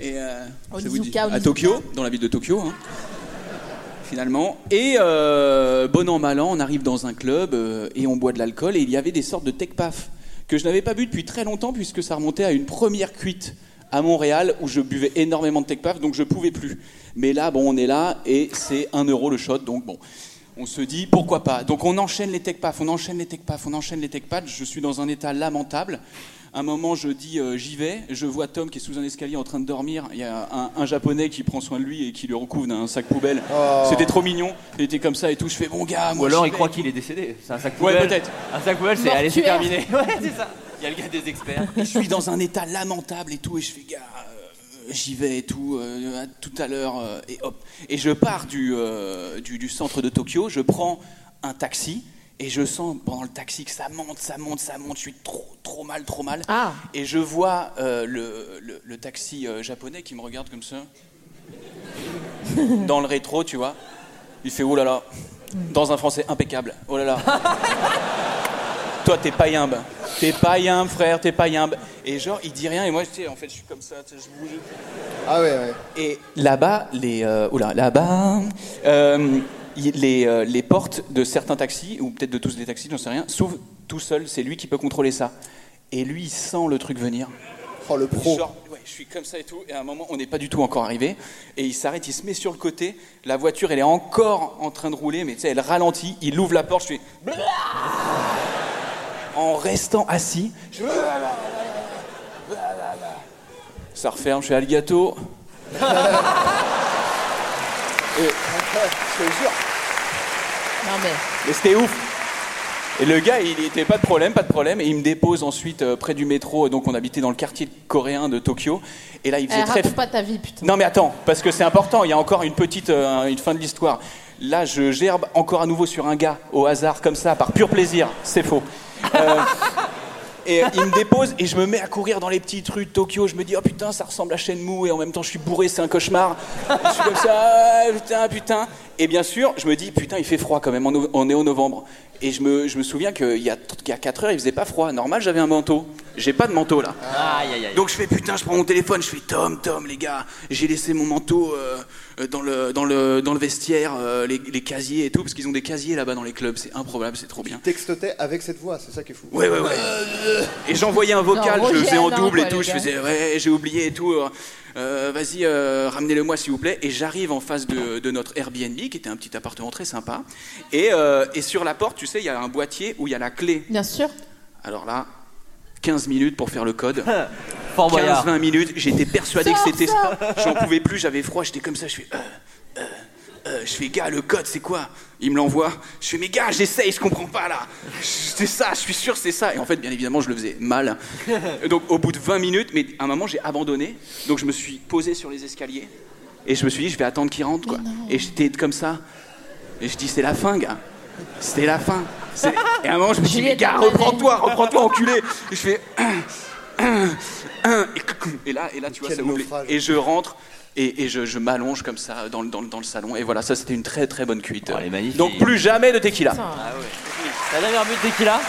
S7: et, euh, je vous dis,
S6: Onizuka,
S7: à
S6: Onizuka.
S7: Tokyo, dans la ville de Tokyo. hein. Finalement. Et euh, bon an, mal an, on arrive dans un club euh, et on boit de l'alcool. Et il y avait des sortes de tech paf que je n'avais pas bu depuis très longtemps puisque ça remontait à une première cuite à Montréal où je buvais énormément de tech paf donc je pouvais plus. Mais là, bon, on est là et c'est 1 euro le shot donc bon. On se dit pourquoi pas. Donc on enchaîne les tech paf, on enchaîne les tech paf, on enchaîne les tech paf. Je suis dans un état lamentable. Un moment, je dis euh, j'y vais. Je vois Tom qui est sous un escalier en train de dormir. Il y a un, un japonais qui prend soin de lui et qui le recouvre d'un sac poubelle. C'était trop mignon. Il était comme ça et tout. Je fais bon gars.
S5: Ou
S7: moi,
S5: alors,
S7: j'y
S5: il
S7: vais.
S5: croit qu'il est décédé. C'est un sac
S7: Ouais,
S5: poubelle.
S7: peut-être.
S5: Un sac poubelle, c'est allez, c'est terminé.
S6: Mortuaire.
S5: Ouais, c'est ça. Il y a le gars des experts.
S7: je suis dans un état lamentable et tout, et je fais, gars, euh, j'y vais et tout, euh, à tout à l'heure, euh, et hop. Et je pars du, euh, du, du centre de Tokyo, je prends un taxi, et je sens pendant le taxi que ça monte, ça monte, ça monte, je suis trop, trop mal, trop mal.
S6: Ah.
S7: Et je vois euh, le, le- le taxi euh, japonais qui me regarde comme ça, dans le rétro, tu vois. Il fait, oh là là, dans un français impeccable, oh là là. Toi, t'es pas yimbe. T'es pas yimbe, frère, t'es pas yimbe. Et genre, il dit rien, et moi, tu sais, en fait, je suis comme ça, tu sais, je bouge.
S3: Ah ouais, ouais.
S7: Et là-bas, les. euh, oula, là-bas. euh, y- les, euh, les portes de certains taxis, ou peut-être de tous les taxis, j'en sais rien, s'ouvrent tout seul, c'est lui qui peut contrôler ça. Et lui, il sent le truc venir.
S3: Oh, le pro.
S7: Genre, ouais, je suis comme ça et tout. Et à un moment, on n'est pas du tout encore arrivé. Et il s'arrête, il se met sur le côté. La voiture, elle est encore en train de rouler, mais tu sais, elle ralentit. Il ouvre la porte, je fais. Blah En restant assis, je. Ça referme, je fais alligato.
S3: Je te jure.
S6: Non mais.
S7: Mais c'était ouf. Et le gars, il était pas de problème, pas de problème. Et il me dépose ensuite euh, près du métro. Donc on habitait dans le quartier coréen de Tokyo. Et là, il faisait
S6: Eh,
S7: très.
S6: raconte pas ta vie, putain.
S7: Non mais attends, parce que c'est important, il y a encore une petite euh, une fin de l'histoire. Là, je gerbe encore à nouveau sur un gars au hasard comme ça par pur plaisir, c'est faux. Euh, et euh, il me dépose et je me mets à courir dans les petites rues de Tokyo, je me dis oh putain, ça ressemble à Shenmue et en même temps je suis bourré, c'est un cauchemar. je suis comme ça ah, putain putain Et bien sûr, je me dis, putain, il fait froid quand même, on no- on est au novembre. Et je me, je me souviens qu'il y a, il y a 4 heures, il faisait pas froid. Normal, j'avais un manteau. J'ai pas de manteau là.
S9: Aïe, aïe, aïe.
S7: Donc je fais putain, je prends mon téléphone, je fais Tom, Tom, les gars, j'ai laissé mon manteau euh, euh, dans, le, dans, le, dans le vestiaire, euh, les, les casiers et tout, parce qu'ils ont des casiers là-bas dans les clubs, c'est improbable, c'est trop bien.
S3: Textotais avec cette voix, c'est ça qui est fou. Ah
S7: Ouais, ouais, ouais. Et j'envoyais un vocal,
S3: Euh, Non,
S7: je le
S3: Roger
S7: faisais en
S3: Hanin,
S7: double et
S3: quoi,
S7: tout,
S3: les
S7: je
S3: gars.
S7: faisais ouais, j'ai oublié et tout. euh, euh, Vas-y, euh, ramenez-le moi s'il vous plaît. Et j'arrive en face de, de notre Airbnb, qui était un petit appartement très sympa. Et, euh, et sur la porte, tu sais, il y a un boîtier où il y a la clé.
S6: Bien sûr.
S7: Alors là, 15 minutes pour faire le code.
S9: Fort Boyard.
S7: 15-20 minutes, j'étais persuadé que
S9: Sors,
S7: c'était
S9: sors.
S7: ça. J'en pouvais plus, j'avais froid, j'étais comme ça, je fais. euh, euh, euh, je fais, gars, le code, c'est quoi Il me l'envoie. Je fais, mais gars, j'essaye, je comprends pas là. C'est ça, je suis sûr, c'est ça. Et en fait, bien évidemment, je le faisais mal. Donc, au bout de 20 minutes, mais à un moment, j'ai abandonné. Donc, je me suis posé sur les escaliers et je me suis dit, je vais attendre qu'il rentre, quoi. Et j'étais comme ça. Et je dis, c'est la fin, gars. C'était la fin. C'est- Et à un moment, je me suis dit, mais gars, reprends-toi, reprends-toi, enculé. Et je fais. Et, et là, et là, tu vois,
S3: Quel
S7: ça m'oublie. Et je rentre. Et, et je, je m'allonge comme ça dans, le- dans, le- dans le salon. Et voilà, ça c'était une très très bonne cuite.
S5: Oh,
S7: Donc plus jamais de tequila.
S9: Ah ouais. La dernière but dès qu'il a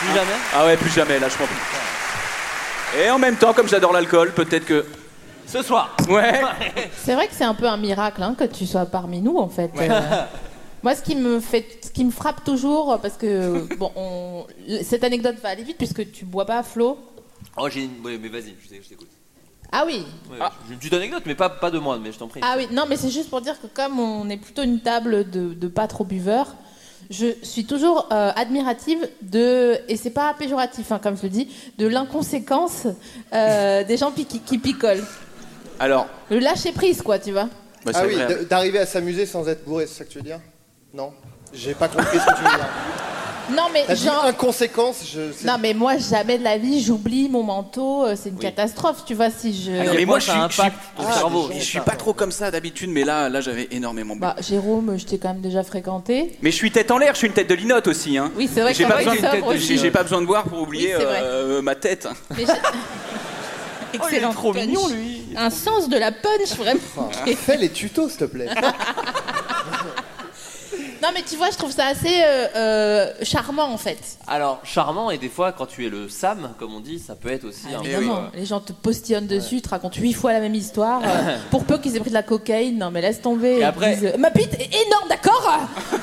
S9: Plus jamais
S7: Ah ouais, plus jamais, là je comprends plus. Et en même temps, comme j'adore l'alcool, peut-être que.
S9: Ce soir
S7: Ouais
S6: C'est vrai que c'est un peu un miracle hein, que tu sois parmi nous, en fait.
S7: Ouais.
S6: Euh, moi, ce qui me fait, ce qui me frappe toujours, parce que bon, on- cette anecdote va aller vite puisque tu bois pas, Flo.
S9: Oh, j'ai une. ouais, mais vas-y, je t'ai- je t'écoute.
S6: Ah oui.
S9: Ouais, J'ai une petite anecdote, mais pas, pas de moi, mais je t'en prie.
S6: Ah oui. Non, mais c'est juste pour dire que comme on est plutôt une table de, de pas trop buveurs, je suis toujours euh, admirative de, et c'est pas péjoratif, hein, comme je le dis, de l'inconséquence euh, des gens pi- qui, qui picolent.
S7: Alors.
S6: Le lâcher prise, quoi, tu vois.
S7: Bah,
S3: ah
S7: c'est
S3: oui,
S7: vrai.
S3: d- d'arriver à s'amuser sans être bourré, c'est ça que tu veux dire Non J'ai pas compris ce que tu veux dire.
S6: Non, mais
S3: T'as dit
S6: genre.
S3: inconséquence, je. c'est-
S6: Non mais moi jamais de la vie j'oublie mon manteau, euh, c'est une catastrophe, tu vois si je.
S7: Ah non, mais moi, je suis, je suis-
S9: ton
S7: je suis-
S9: cerveau.
S7: je suis pas trop comme ça d'habitude, mais là, là j'avais énormément bu.
S6: Bah Jérôme, je t'ai quand même déjà fréquenté.
S7: Mais je suis tête en l'air, je suis une tête de linotte aussi. Hein.
S6: Oui, c'est vrai que
S7: J'ai
S6: t'as
S7: pas,
S6: une
S7: besoin
S6: tête de
S7: de-
S6: linotte.
S7: j'ai- j'ai pas besoin de boire pour oublier
S6: c'est vrai.
S7: euh, ma tête.
S6: Mais je-
S9: Oh,
S6: Excellent. Oh, trop mignon lui. Un sens de la punch vraiment.
S3: Enfin, fais les tutos, s'il te plaît.
S6: Ah, non mais tu vois je trouve ça assez euh, euh, charmant en fait.
S9: Alors, charmant, et des fois, quand tu es le Sam, comme on dit, ça peut être aussi un peu.
S6: Ah, Évidemment, les gens te postillonnent dessus, te racontent huit fois la même histoire. euh, pour peu qu'ils aient pris de la cocaïne, non mais laisse tomber. Ils
S9: après-
S6: disent, euh, ma pite est énorme, d'accord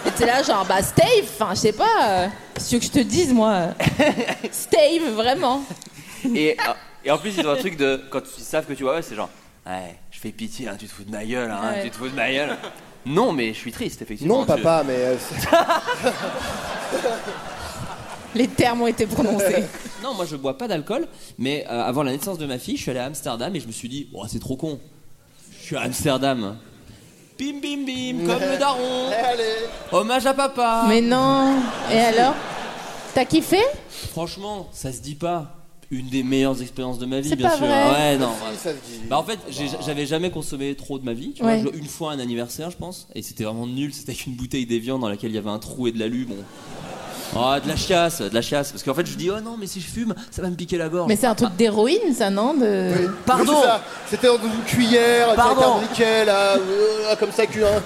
S6: Et t'es là genre bah Stave, enfin je sais pas. euh, qu'est-ce que tu veux que je te dise moi Stave vraiment.
S9: Et, ah, et en plus, ils ont un truc de. Quand ils savent que tu vois, ouais, c'est genre. Ouais, je fais pitié, hein, tu te fous de ma gueule, hein,
S6: Ouais.
S9: tu te fous de ma gueule. Non, mais je suis triste, effectivement.
S3: non,
S9: Je-
S3: papa, mais. euh, c'est-
S6: Les termes ont été prononcés.
S5: Non, moi je bois pas d'alcool, mais euh, avant la naissance de ma fille, je suis allé à Amsterdam et je me suis dit, oh, c'est trop con. Je suis à Amsterdam. Bim bim bim, comme le daron. Hommage à papa.
S6: Mais non. Et alors T'as kiffé
S5: Franchement, ça se dit pas. Une des meilleures expériences de ma vie,
S6: C'est
S5: bien
S6: pas
S5: sûr.
S6: vrai.
S5: Ouais, non.
S3: Si, ça se dit.
S5: Bah en fait, j'ai- j'avais jamais consommé trop de ma vie. Tu vois,
S6: Ouais.
S5: Je- une fois un anniversaire, je pense, et c'était vraiment nul. C'était avec une bouteille d'évian dans laquelle il y avait un trou et de l'alu. Bon. Ah, de la chiasse, de la chiasse. Parce qu'en fait, je dis, oh non, mais si je fume, ça va me piquer la gorge.
S6: Mais c'est un truc d'héroïne ça non de...
S5: Pardon.
S3: C'est ça, C'était dans une cuillère,
S6: Pardon.
S3: avec un briquet, là, euh, là, comme ça, cul, hein.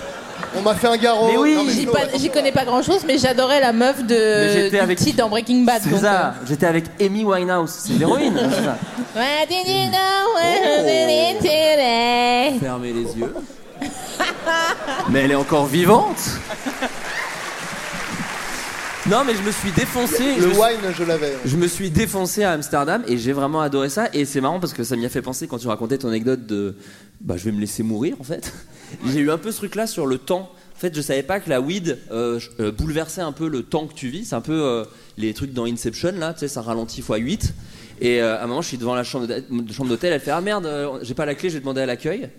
S3: On m'a fait un garrot. Non,
S6: J'y
S3: Flo,
S6: pas- j'y connais pas grand chose, mais j'adorais la meuf de du
S9: avec-
S6: petit dans Breaking Bad.
S9: C'est
S6: donc,
S9: ça, j'étais avec Amy Winehouse, c'est l'héroïne. hein, c'est ça.
S6: euh, What did you know
S5: Oh.
S6: what you did today?
S5: Fermez les yeux.
S9: mais elle est encore vivante.
S5: Non, mais je me suis défoncé. je
S3: Le
S5: me suis-
S3: wine, je l'avais.
S5: Je me suis défoncé à Amsterdam et j'ai vraiment adoré ça. Et c'est marrant parce que ça m'y a fait penser quand tu racontais ton anecdote de bah, je vais me laisser mourir en fait. J'ai eu un peu ce truc là sur le temps. En fait, je savais pas que la weed euh, ch- euh, bouleversait un peu le temps que tu vis. C'est un peu euh, les trucs dans Inception là, tu sais, ça ralentit x 8. Et euh, à un moment, je suis devant la chambre d'hôtel- chambre d'hôtel, elle fait Ah merde, euh, j'ai pas la clé, j'ai demandé à l'accueil.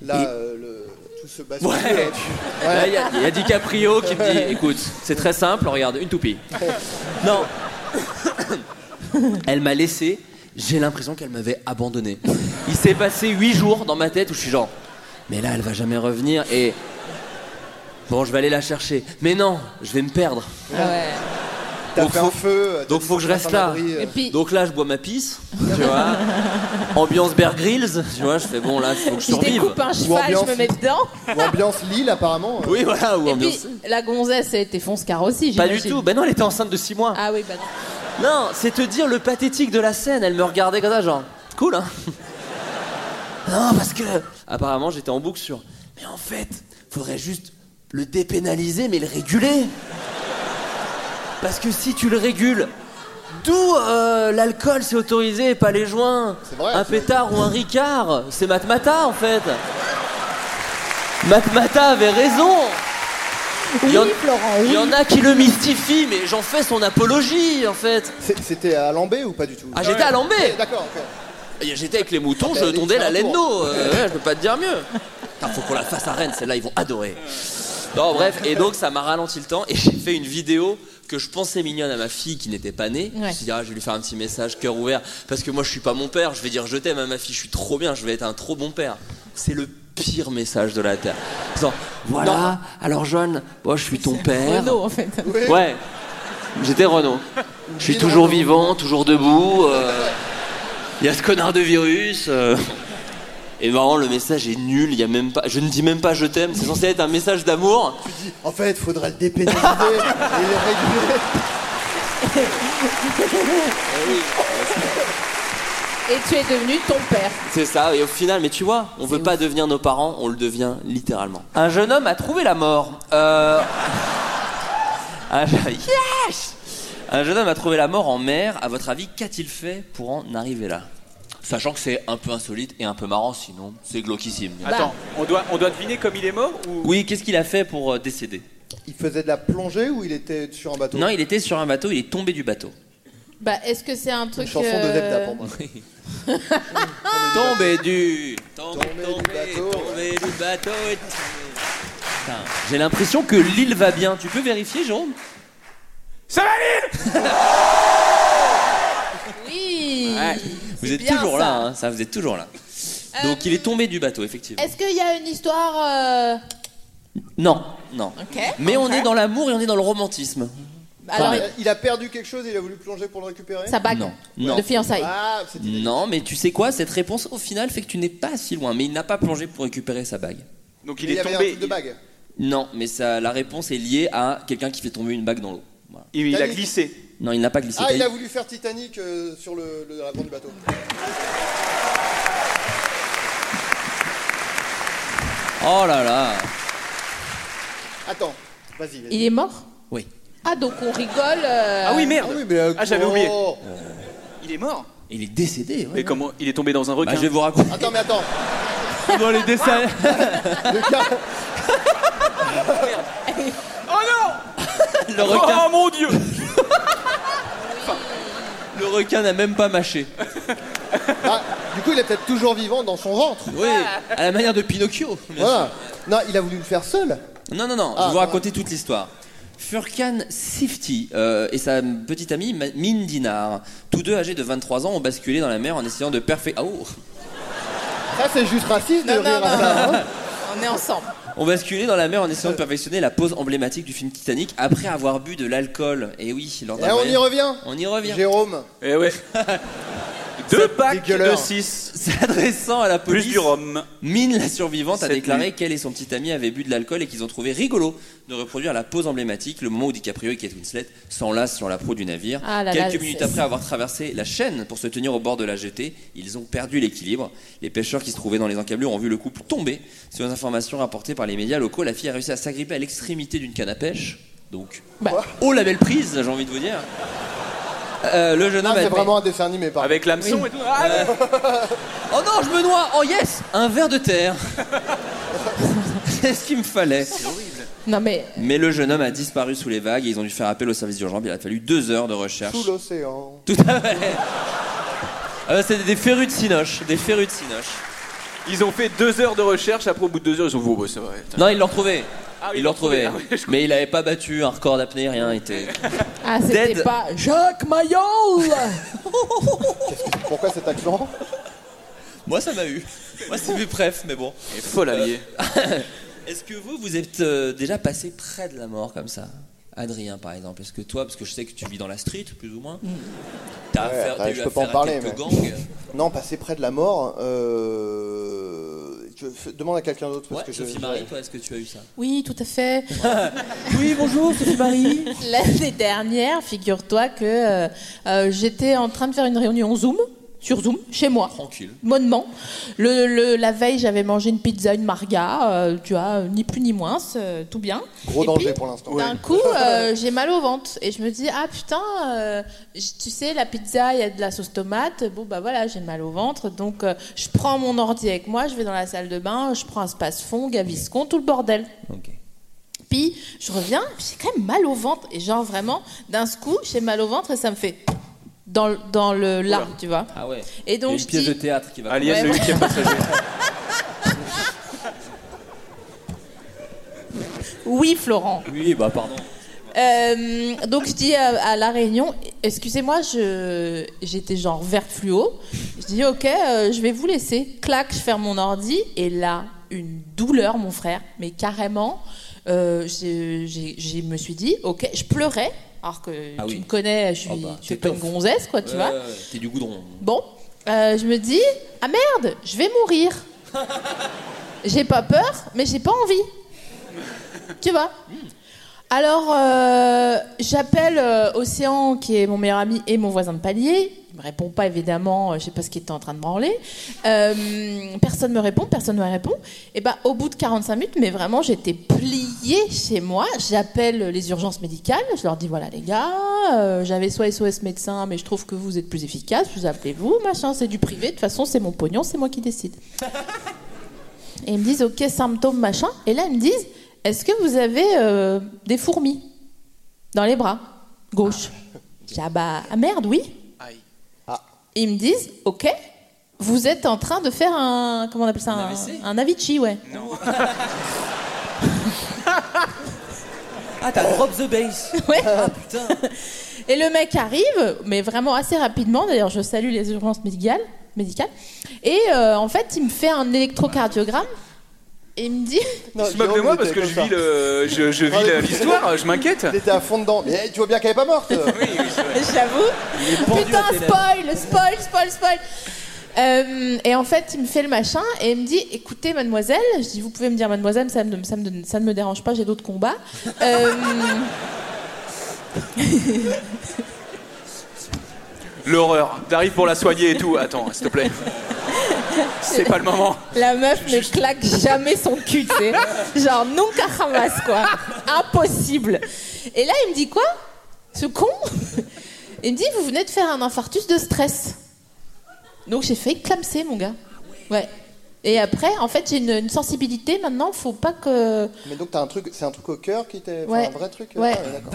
S3: Là,
S5: Et-
S3: euh, le- tout se bascule.
S5: Ouais.
S3: là, tu-
S5: Là, Il y a- il y, a DiCaprio qui me dit écoute, c'est très simple, regarde, une toupie. Non. Elle m'a laissé, j'ai l'impression qu'elle m'avait abandonné. Il s'est passé huit jours dans ma tête où je suis genre mais là, elle va jamais revenir et. Bon, je vais aller la chercher. Mais non, je vais me perdre.
S3: T'as
S5: Donc,
S3: fait
S5: faut-
S3: un feu. t'as
S5: Donc
S3: dit,
S5: faut que je
S3: t'as
S5: reste
S3: fait un
S5: là.
S3: abri, euh.
S6: puis-
S5: Donc là, je bois ma pisse, tu vois. ambiance Bear Grylls, tu vois, je fais bon là, faut que je
S6: Je
S5: survive.
S6: découpe un cheval, je me mets dedans.
S3: Ou ambiance Lille, apparemment.
S5: Oui, voilà, ou
S6: Et puis,
S5: ambiance.
S6: la gonzesse, elle était fonce-car aussi,
S5: Pas du
S6: j'imagine.
S5: tout, bah non, elle était enceinte de 6 mois.
S6: Ah oui, bah non.
S5: Non, c'est te dire le pathétique de la scène, elle me regardait comme ça, genre, cool hein. Non, parce que apparemment j'étais en boucle sur. Mais en fait, faudrait juste le dépénaliser, mais le réguler. Parce que si tu le régules, d'où euh, l'alcool c'est autorisé et pas les joints
S3: vrai,
S5: Un pétard ou un ricard, c'est Matmata en fait. Matmata avait raison.
S6: Oui,
S5: Il y en-
S6: Florent,
S5: Il y
S6: oui.
S5: en a qui le mystifient, mais j'en fais son apologie en fait.
S3: C'est- C'était à Lambé ou pas du tout
S5: Ah, j'étais à Lambé
S3: Ouais, D'accord, ok.
S5: Et J'étais avec les moutons,
S3: Ah,
S5: je
S3: bah,
S5: tondais la
S3: allez,
S5: laine
S3: fais un tour.
S5: d'eau. Euh, ouais, je peux pas te dire mieux. ben, Putain, faut qu'on la fasse à Rennes, celle-là, ils vont adorer. Non, bref, et donc ça m'a ralenti le temps et j'ai fait une vidéo que je pensais mignonne à ma fille qui n'était pas née. Je me suis dit, ah, je vais lui faire un petit message cœur ouvert parce que moi je suis pas mon père, je vais dire je t'aime à ma fille, je suis trop bien, je vais être un trop bon père. C'est le pire message de la Terre. En disant, voilà,
S10: Non.
S5: alors John, moi je suis ton père.
S6: Renaud, en fait.
S5: Ouais, j'étais Renaud. Je suis toujours vivant, toujours debout. euh, Il y a ce connard de virus. euh. Et vraiment, le message est nul. Il y a même pas. Je ne dis même pas je t'aime. C'est censé être un message d'amour.
S3: En fait, faudrait le dépénaliser et le réguler.
S6: Et tu es devenu ton père.
S5: C'est ça. Et au final, mais tu vois, on veut pas devenir nos parents. On le devient littéralement. Un jeune homme a trouvé la mort. Euh, un je- Yes Un jeune homme a trouvé la mort en mer. À votre avis, qu'a-t-il fait pour en arriver là Sachant que c'est un peu insolite et un peu marrant, sinon c'est glauquissime.
S2: Attends, on doit, on doit deviner comme il est mort ou...
S5: Oui, qu'est-ce qu'il a fait pour euh, décéder
S3: Il faisait de la plongée ou il était sur un bateau
S5: Non, il était sur un bateau, il est tombé du bateau.
S6: Bah, est-ce que c'est un truc.
S3: Une chanson de
S6: euh,
S3: Zebda pour moi.
S5: tombé du... Tombé,
S3: Tombé du bateau.
S5: tombé du bateau et tombé. Putain, J'ai l'impression que l'île va bien. Tu peux vérifier, Jérôme
S2: Ça va Lille
S6: Oui
S5: Vous êtes
S6: bien
S5: toujours
S6: ça.
S5: là, hein, ça, vous êtes toujours là. Donc il est tombé du bateau, effectivement.
S6: Est-ce qu'il y a une histoire. euh,
S5: Non, non.
S6: Ok.
S5: Mais on est dans l'amour et on est dans le romantisme.
S6: Alors,
S5: Pareil.
S3: Il a perdu quelque chose et il a voulu plonger pour le récupérer
S6: sa bague
S5: Non, non.
S6: de fiançailles.
S3: Ah, c'est
S5: Non, mais tu sais quoi Cette réponse, au final, fait que tu n'es pas si loin. Mais il n'a pas plongé pour récupérer sa bague.
S2: Donc
S3: il
S2: il
S3: y
S2: est
S3: avait un
S2: tombé.
S3: truc de bague.
S5: Non, mais ça, la réponse est liée à quelqu'un qui fait tomber une bague dans l'eau. Voilà.
S2: Il, il a
S3: Titanic.
S2: glissé.
S5: Non, il n'a pas glissé.
S3: Ah, il
S5: T'as-
S3: a voulu faire Titanic euh, sur le, le la bande du bateau.
S5: Oh là là
S3: Attends, vas-y. vas-y.
S6: Il est mort
S5: Oui.
S6: Ah, donc on rigole. euh,
S2: Ah oui, merde
S3: Ah oui, mais, euh,
S2: Ah, j'avais oublié.
S3: oh.
S2: Il est mort
S5: Il est décédé.
S2: Mais
S5: Ouais.
S2: comment Il est tombé dans un
S5: Bah,
S2: requin.
S5: je vais vous raconter.
S3: Attends, mais attends.
S5: dans les dessins.
S3: Le cas,
S2: Oh non
S5: Le requin,
S2: Oh mon dieu
S5: le requin n'a même pas mâché.
S3: ah, du coup, il est peut-être toujours vivant dans son ventre.
S5: Oui, à la manière de Pinocchio. bien
S3: Voilà. Non, il a voulu le faire seul.
S5: Non, non, non, je
S3: Ah,
S5: vais vous
S3: pardon.
S5: raconter toute l'histoire. Furkan Sifti euh, et sa petite amie Ma- Mine Dinar, tous deux âgés de 23 ans, ont basculé dans la mer en essayant de Ah, oh. perfectionner.
S3: Ça, c'est juste raciste de
S6: Non, non,
S3: rire à
S6: non,
S3: ça.
S6: non,
S3: hein.
S6: On est ensemble.
S5: ont basculé dans la mer en essayant de perfectionner la pose emblématique du film Titanic après avoir bu de l'alcool. Et oui, lors d'un
S3: Eh, on
S5: voyage-
S3: y revient.
S5: On y revient.
S3: Jérôme.
S2: Eh ouais Deux packs de
S3: dégueuleur.
S2: 6
S5: S'adressant à la police,
S2: plus du rhum.
S5: Mine, la survivante, a
S2: Cette
S5: déclaré
S2: nuit.
S5: qu'elle et son petit ami avaient bu de l'alcool et qu'ils ont trouvé rigolo de reproduire la pose emblématique, le moment où DiCaprio et Kate Winslet s'enlacent sur la proue du navire.
S6: Ah là là,
S5: Quelques
S6: c'est-
S5: minutes après avoir traversé la chaîne pour se tenir au bord de la jetée, ils ont perdu l'équilibre. Les pêcheurs qui se trouvaient dans les encablures ont vu le couple tomber. Selon les informations rapportées par les médias locaux, la fille a réussi à s'agripper à l'extrémité d'une canne à pêche. Donc,
S6: Bah.
S5: oh la belle prise, j'ai envie de vous dire. Euh, le jeune
S3: Ah,
S5: homme a
S3: c'est
S5: admis-
S3: vraiment un dessin animé, par
S2: Avec l'hameçon et tout. Ah, ouais.
S5: Oh non, je me noie Oh yes Un verre de terre C'est ce qu'il me fallait.
S6: Non, mais
S5: Mais le jeune homme a disparu sous les vagues et ils ont dû faire appel au service d'urgence. Il a fallu deux heures de recherche.
S3: Sous l'océan.
S5: Tout à fait. Euh, c'est des férus de cinoche, des férus de cinoche.
S2: Ils ont fait deux heures de recherche, après au bout de deux heures, ils ont dit, oh, bah, c'est vrai. putain.
S5: Non, ils l'ont retrouvé.
S2: Ah,
S5: ils
S2: ils
S5: l'ont
S2: l'ont
S5: retrouvé.
S2: retrouvé. Ah oui, je
S5: Mais il n'avait pas battu un record d'apnée, rien. il était...
S6: Ah, c'était
S5: Dead.
S6: pas Jacques Mayol
S3: Pourquoi cet accent
S5: Moi, ça m'a eu. Moi, c'est plus bref, mais bon.
S2: Et folle alliée.
S5: euh, Est-ce que vous, vous êtes euh, déjà passé près de la mort comme ça Adrien, par exemple, est-ce que toi, parce que je sais que tu vis dans la street, plus ou moins,
S3: Mm.
S5: t'as
S3: Ouais,
S5: affaire-
S3: après,
S5: t'as eu
S3: je
S5: affaire
S3: peux pas en
S5: à
S3: parler.
S5: quelques
S3: mais-
S5: gangs
S3: Non, passer près de la mort. euh, tu veux- f- demande à quelqu'un d'autre parce
S5: Ouais,
S3: que je.
S5: Sophie Marie, toi, est-ce que tu as eu ça
S6: Oui, tout à fait.
S5: oui, bonjour, Sophie Marie.
S6: L'année dernière, figure-toi que euh, euh, j'étais en train de faire une réunion Zoom, sur Zoom, chez moi.
S5: Tranquille.
S6: Bonnement. Le, le- la veille, j'avais mangé une pizza, une marga, euh, tu vois, ni plus ni moins, euh, tout bien.
S3: Gros
S6: Et
S3: danger pour l'instant.
S6: D'un coup, euh, j'ai mal au ventre et je me dis ah putain, euh, j- tu sais la pizza, il y a de la sauce tomate. Bon bah voilà, j'ai mal au ventre, donc euh, je prends mon ordi avec moi, je vais dans la salle de bain, je prends un space-fond, gaviscon, tout le bordel. Puis je reviens, puis j'ai quand même mal au ventre et genre vraiment d'un coup j'ai mal au ventre et ça me fait dans le- dans le là, tu vois.
S5: Ah ouais.
S6: Et donc
S5: Il y a
S6: je
S5: une pièce
S6: dis-
S5: de théâtre qui va.
S6: Ouais,
S5: commencer.
S6: voilà. Oui Florent.
S5: Oui, bah pardon.
S6: Euh, donc je dis à, à la réunion, excusez-moi, je- j'étais genre vert fluo. Je dis ok, euh, je vais vous laisser. Clac, je ferme mon ordi et là une douleur, mon frère, mais carrément. euh, j'ai- j'ai- je me suis dit ok, je pleurais alors que
S5: Ah
S6: tu
S5: oui.
S6: me connais, je suis,
S5: Oh bah,
S6: je suis
S5: c'est
S6: pas une
S5: tough.
S6: gonzesse quoi, tu
S5: Ouais,
S6: vois.
S5: ouais, ouais, T'es du goudron.
S6: Bon, euh, je me dis ah merde, je vais mourir. j'ai pas peur, mais j'ai pas envie. Tu vois. Alors, euh, j'appelle euh, Océan, qui est mon meilleur ami et mon voisin de palier. Il me répond pas, évidemment, euh, je sais pas ce qu'il était en train de branler. Euh, personne me répond, personne me répond. Et ben, au bout de 45 minutes, mais vraiment, j'étais pliée chez moi. J'appelle euh, les urgences médicales, je leur dis, voilà les gars, euh, j'avais soit SOS médecin, mais je trouve que vous êtes plus efficace, vous appelez-vous, machin, c'est du privé, de toute façon, c'est mon pognon, c'est moi qui décide. Et ils me disent, ok, symptômes, machin. Et là, ils me disent, est-ce que vous avez euh, des fourmis dans les bras gauche Je dis, ah bah, ah merde, oui. Ils me disent, ok, vous êtes en train de faire un, comment on appelle ça Un, un Avicii, ouais.
S5: Ah, t'as drop the bass. Ah,
S6: Ouais. Et le mec arrive, mais vraiment assez rapidement. D'ailleurs, je salue les urgences médicales. médicales. Et euh, en fait, il me fait un électrocardiogramme. Et il me dit.
S2: Il se moque de moi parce que je vis le- je- je vis la- l'histoire, je m'inquiète.
S3: T'étais à fond dedans. Mais hey, tu vois bien qu'elle est pas morte.
S6: J'avoue. Putain,
S3: à tes lèvres.
S6: spoil, spoil, spoil, spoil. Euh, et en fait, il me fait le machin et il me dit Écoutez, mademoiselle, je dis Vous pouvez me dire mademoiselle, ça, me- ça me- ça ne me dérange pas, j'ai d'autres combats. Euh,
S2: L'horreur. T'arrives pour la soigner et tout. Attends, s'il te plaît. C'est pas le moment.
S6: La meuf ne claque jamais son cul, tu sais. Genre, non carramas, quoi. Impossible. Et là, il me dit quoi Ce con Il me dit, vous venez de faire un infarctus de stress. Donc j'ai failli clamser, mon gars. Ouais. Et après, en fait, j'ai une, une sensibilité maintenant, faut pas que.
S3: Mais donc t'as un truc, c'est un truc au cœur qui t'est, enfin,
S6: Ouais.
S3: un vrai truc.
S6: Ouais.
S3: Ah, d'accord.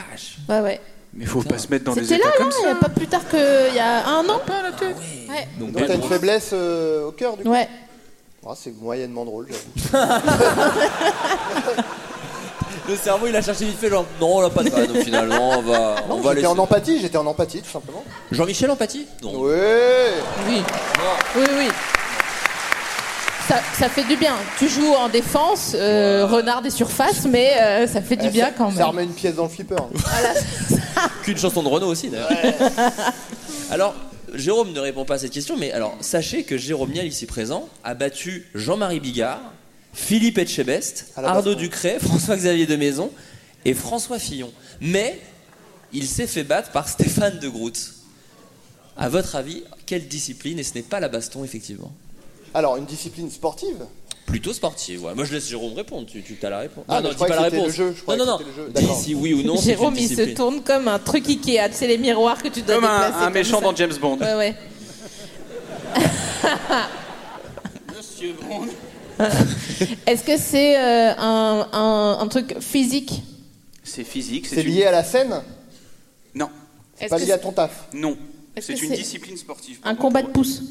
S6: Ouais, ouais.
S2: Mais faut pas se mettre dans des
S6: C'était
S2: états
S6: là, là,
S2: comme
S6: il y
S2: ça.
S6: a pas plus tard qu'il y a un an. Ouais.
S3: Donc,
S2: belle
S3: t'as une
S2: grosse.
S3: faiblesse euh, au cœur du coup.
S6: Ouais.
S3: Ah, c'est moyennement drôle. j'avoue.
S5: Le cerveau, il a cherché vite fait, genre, non, on l'a pas de vanne, donc finalement, on va, on
S3: Non,
S5: va
S3: j'étais
S5: laisser.
S3: en empathie, j'étais en empathie tout simplement.
S5: Jean-Michel Empathie Non.
S3: Ouais.
S6: Oui. Oui, oui. Ça, ça fait du bien. Tu joues en défense, euh, renard des surfaces, mais euh, ça fait du
S3: Eh,
S6: bien
S3: ça-
S6: quand même.
S3: Ça remet une pièce dans le flipper.
S5: Qu'une chanson de Renault aussi, d'ailleurs. Alors, Jérôme ne répond pas à cette question, mais alors, sachez que Jérôme Niel, ici présent, a battu Jean-Marie Bigard, Philippe Etchebest, Arnaud Ducret, François-Xavier de Maison et François Fillon. Mais il s'est fait battre par Stéphane de Groot. À votre avis, quelle discipline Et ce n'est pas la baston, effectivement.
S3: Alors une discipline sportive.
S5: Plutôt sportive, ouais. Moi, je laisse Jérôme répondre. Tu, tu as la réponse.
S3: Ah, mais je croyais que c'était le jeu, je
S5: non,
S3: croyais
S5: non,
S3: que
S5: non.
S3: c'était le jeu.
S5: Dis
S3: D'accord.
S5: si oui ou non. c'est
S6: Jérôme,
S5: une
S6: il se
S5: discipline.
S6: tourne comme un truc Ikea, tu sais, les miroirs que tu dois
S2: Comme un-
S6: déplacer
S2: un méchant
S6: ça.
S2: dans James Bond.
S6: Ouais, ouais.
S7: Monsieur Brand.
S6: Est-ce que c'est euh, un, un- un truc physique
S2: C'est physique.
S3: C'est lié à la scène.
S2: Non.
S3: C'est
S6: Est-ce
S3: pas
S6: que
S3: lié à
S6: c'est-
S3: ton taf.
S2: Non.
S6: Est-ce
S2: C'est
S6: que
S2: une
S6: c'est-
S2: discipline sportive.
S6: Un combat de pouce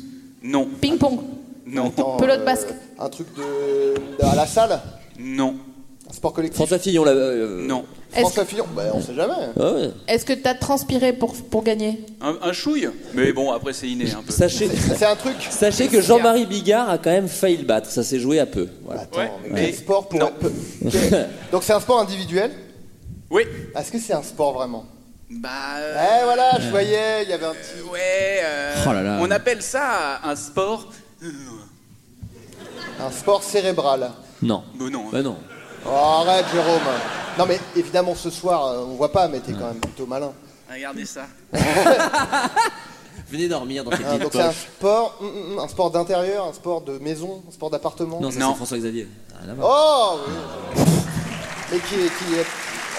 S2: Non.
S6: Ping-pong
S2: Non.
S6: Pelote basque
S3: euh, Un truc de, de- à la salle.
S2: Non.
S3: Un sport collectif.
S5: François Fillon, là. euh,
S2: Non.
S6: Est-ce
S3: François Fillon. Bah, on sait jamais.
S5: Ah ouais.
S6: Est-ce que t'as transpiré pour, pour gagner
S2: Un, un chouille. Mais bon, après c'est inné un peu.
S5: Sachez,
S3: C'est un truc.
S5: sachez que Jean-Marie Bigard a quand même failli le battre. Ça s'est joué à peu. Voilà.
S3: Attends, mais
S2: mais-
S3: quel sport pour.
S2: non.
S3: être- Ok. Donc c'est un sport individuel.
S7: Oui.
S3: Est-ce que c'est un sport vraiment
S7: Bah.
S3: Eh voilà, je voyais, il y avait un petit.
S7: ouais. euh,
S3: Oh là là.
S7: On appelle ça un sport.
S3: Un sport cérébral.
S5: Non.
S7: Bah non.
S5: Bah non.
S3: Oh, arrête, Jérôme. Non, mais évidemment, ce soir, euh, on voit pas, mais t'es quand même plutôt malin. hein.
S7: Regardez ça.
S5: Venez dormir dans tes
S3: Hein,
S5: petites
S3: donc c'est un
S5: poches.
S3: sport, mm, mm, un sport d'intérieur, un sport de maison, un sport d'appartement.
S5: Non, ça c'est François Xavier. Rien à voir.
S3: Oh oui. Mais qui, qui est.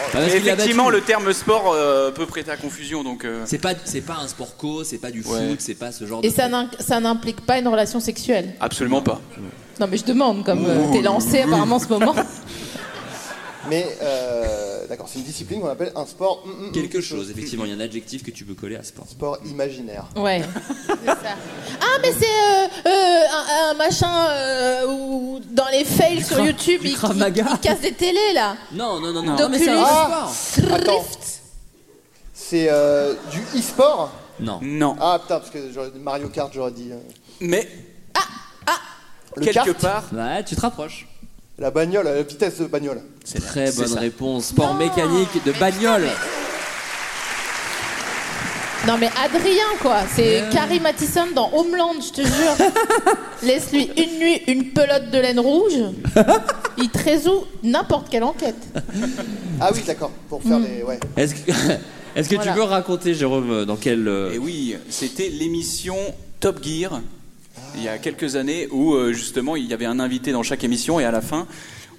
S5: Ah, parce
S7: Mais
S5: qu'il l'a
S7: effectivement,
S5: battu.
S7: le terme sport euh, peut prêter à confusion, donc. euh,
S5: C'est pas, c'est pas un sport co, c'est pas du
S7: Ouais.
S5: foot, c'est pas ce genre
S6: Et
S5: de.
S6: ça n'in- ça n'implique pas une relation sexuelle.
S7: Absolument pas.
S6: Non, mais je demande, comme euh, t'es lancé apparemment en ce moment.
S3: Mais euh, d'accord, c'est une discipline qu'on appelle un sport. mm, mm,
S5: Quelque
S3: mm,
S5: chose, effectivement, il y a un adjectif que tu peux coller à sport.
S3: Sport imaginaire.
S6: Ouais. Ah, mais c'est euh, euh, un, un machin euh, où dans les fails sur YouTube, ils, ils- ils cassent des télés là.
S5: Non, non, non,
S6: non.
S3: Donc
S6: mais c'est un
S3: Ah.
S6: sport.
S3: Attends. C'est euh, du e-sport
S5: Non.
S7: Non.
S3: Ah putain, parce que j'aurais- Mario Kart, j'aurais dit. euh,
S7: Mais.
S3: le
S7: quelque part.
S3: kart,
S5: Ouais, tu te rapproches.
S3: La bagnole, la vitesse de bagnole.
S5: Très
S3: c'est
S5: bonne
S3: ça.
S5: réponse. Sport mécanique de bagnole.
S6: Non, mais Adrien quoi, c'est Carrie Mathison dans Homeland, je te jure. Laisse-lui une nuit, une pelote de laine rouge. Il te résout n'importe quelle enquête.
S3: Ah oui, d'accord, pour faire les. Ouais.
S5: Est-ce que, est-ce que
S6: Voilà.
S5: tu peux raconter, Jérôme, euh, dans quel. euh,
S7: Et eh oui, c'était l'émission Top Gear il y a quelques années où euh, justement il y avait un invité dans chaque émission et à la fin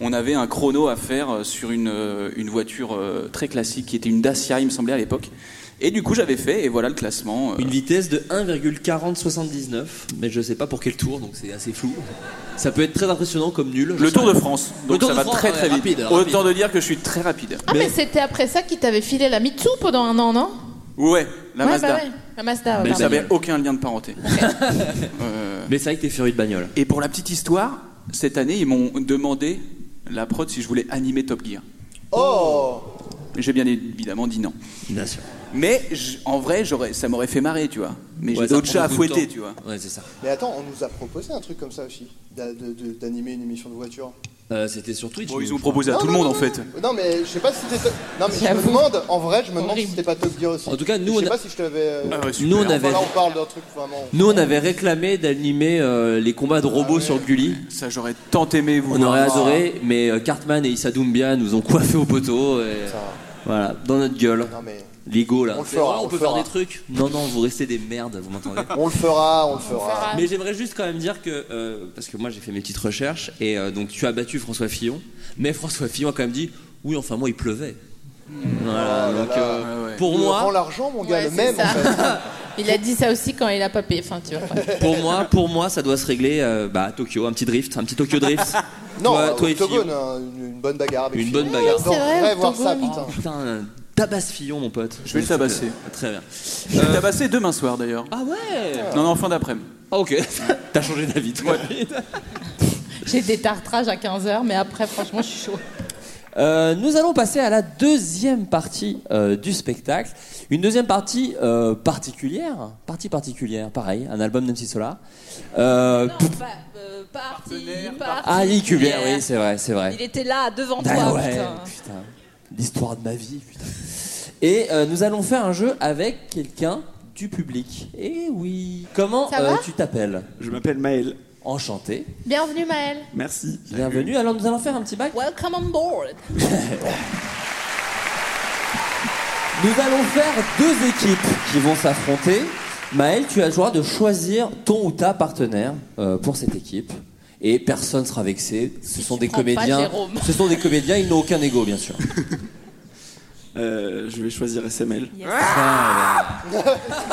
S7: on avait un chrono à faire euh, sur une, euh, une voiture euh, très classique qui était une Dacia il me semblait à l'époque. Et du coup j'avais fait et voilà le classement. euh.
S5: Une vitesse de 1,4079, mais je sais pas pour quel tour, donc c'est assez flou. Ça peut être très impressionnant comme nul.
S7: Le Tour de France, hein,
S5: Le
S7: donc
S5: Tour
S7: ça
S5: de
S7: va
S5: France,
S7: très
S5: ouais,
S7: très vite.
S5: rapide, alors,
S7: Autant
S5: rapide.
S7: de dire que je suis très rapide.
S6: Ah, mais, c'était après ça qu'il t'avait filé la Mitsu pendant un an, non
S7: Ouais, la
S6: Ouais,
S7: Mazda.
S6: bah ouais, La Mazda, ouais,
S7: Mais ça
S6: pardon.
S7: n'avait aucun lien de parenté.
S5: Mais c'est vrai que t'es furieux de bagnole.
S7: Et pour la petite histoire, cette année, ils m'ont demandé, la prod, si je voulais animer Top Gear.
S3: Oh
S7: J'ai bien évidemment dit non.
S5: Bien sûr.
S7: Mais j- en vrai, j'aurais, ça m'aurait fait marrer, tu vois. Mais
S5: Ouais,
S7: j'ai
S5: ça
S7: d'autres
S5: prend
S7: chats à
S5: beaucoup de
S7: fouetter,
S5: temps.
S7: tu vois.
S5: Ouais, c'est ça.
S3: Mais attends, on nous a proposé un truc comme ça aussi, d'a- de- de- d'animer une émission de voiture.
S5: Euh, c'était sur Twitch.
S7: Bon,
S5: nous,
S7: ils ont
S5: je crois.
S7: proposé à tout le monde, en fait.
S3: Non mais je sais pas si c'était. Non mais je me
S5: J'avoue.
S3: demande, en vrai, je me demande si c'était pas Top Gear aussi.
S5: En tout cas, nous,
S3: je sais
S5: on a-
S3: pas si je t'avais. euh,
S5: Ah ouais, super. Nous, on
S3: Enfin,
S5: avait-
S3: Là, on parle d'un truc vraiment.
S5: Nous, on avait réclamé d'animer euh, les combats de robots
S7: Ah
S5: sur Gulli.
S7: Ça, j'aurais tant aimé vous
S5: On
S7: voir.
S5: aurait adoré, mais euh, Cartman et Issa Doumbia nous ont coiffés au poteau. et- Voilà, dans notre gueule. Lego là.
S3: On le
S5: C'est
S3: fera,
S5: vrai,
S3: on
S5: on
S3: le
S5: peut
S3: fera.
S5: faire des trucs. Non, non, vous restez des merdes, vous m'entendez
S3: On le fera, on le fera.
S5: Mais j'aimerais juste quand même dire que, euh, parce que moi j'ai fait mes petites recherches, et euh, donc tu as battu François Fillon, mais François Fillon a quand même dit Oui, enfin moi il pleuvait. Voilà,
S3: Oh là
S5: donc
S3: là.
S5: euh,
S3: Ouais, ouais.
S5: pour
S3: Nous, on rend
S5: moi,
S3: l'argent, mon gars,
S6: Ouais,
S3: le
S6: c'est
S3: même.
S6: ça.
S3: en fait.
S6: Il a dit ça aussi quand il a pas payé. Enfin, tu vois. ouais.
S5: pour moi, pour moi, ça doit se régler euh, bah, à Tokyo, un petit drift, un petit Tokyo drift.
S3: Non,
S5: toi,
S3: euh,
S5: toi et
S3: Octogone,
S5: Fillon.
S3: hein, une, une bonne bagarre avec
S5: Une
S3: Fillon.
S5: bonne bagarre.
S3: J'adorerais
S5: Oui, c'est vrai,
S3: voir ça,
S5: Octogone.
S3: putain.
S5: Oh, Putain, un tabasse Fillon, mon pote.
S7: Je vais le tabasser.
S5: Très bien.
S7: Je vais le tabasser demain soir, d'ailleurs.
S5: Ah ouais
S7: Non, non, fin d'après-midi.
S5: Ah, ok, t'as changé d'avis toi.
S6: J'ai des tartrages à 15h, mais après, franchement, je suis chaud.
S5: Euh, nous allons passer à la deuxième partie euh, du spectacle. Une deuxième partie euh, particulière. Partie particulière, pareil, un album d'MC Solar. Euh, pff, ah, Nick Hubert, oui, c'est vrai, c'est vrai.
S11: Il était là devant
S5: Ah
S11: toi,
S5: ouais,
S11: putain.
S5: putain. L'histoire de ma vie, putain. Et euh, nous allons faire un jeu avec quelqu'un du public. Eh oui. Comment
S6: Ça
S5: euh,
S6: va
S5: tu t'appelles Je m'appelle Maël. Enchanté.
S6: Bienvenue, Maël.
S5: Merci. Bienvenue. Alors nous allons faire un petit bac.
S6: Welcome on board.
S5: Nous allons faire deux équipes qui vont s'affronter. Maël, tu as le droit de choisir ton ou ta partenaire euh, pour cette équipe. Et personne sera vexé. Ce sont des
S6: prends pas
S5: comédiens.
S6: Jérôme.
S5: Ce sont des comédiens, ils n'ont aucun ego, bien sûr.
S12: Euh, je vais choisir SML Ah.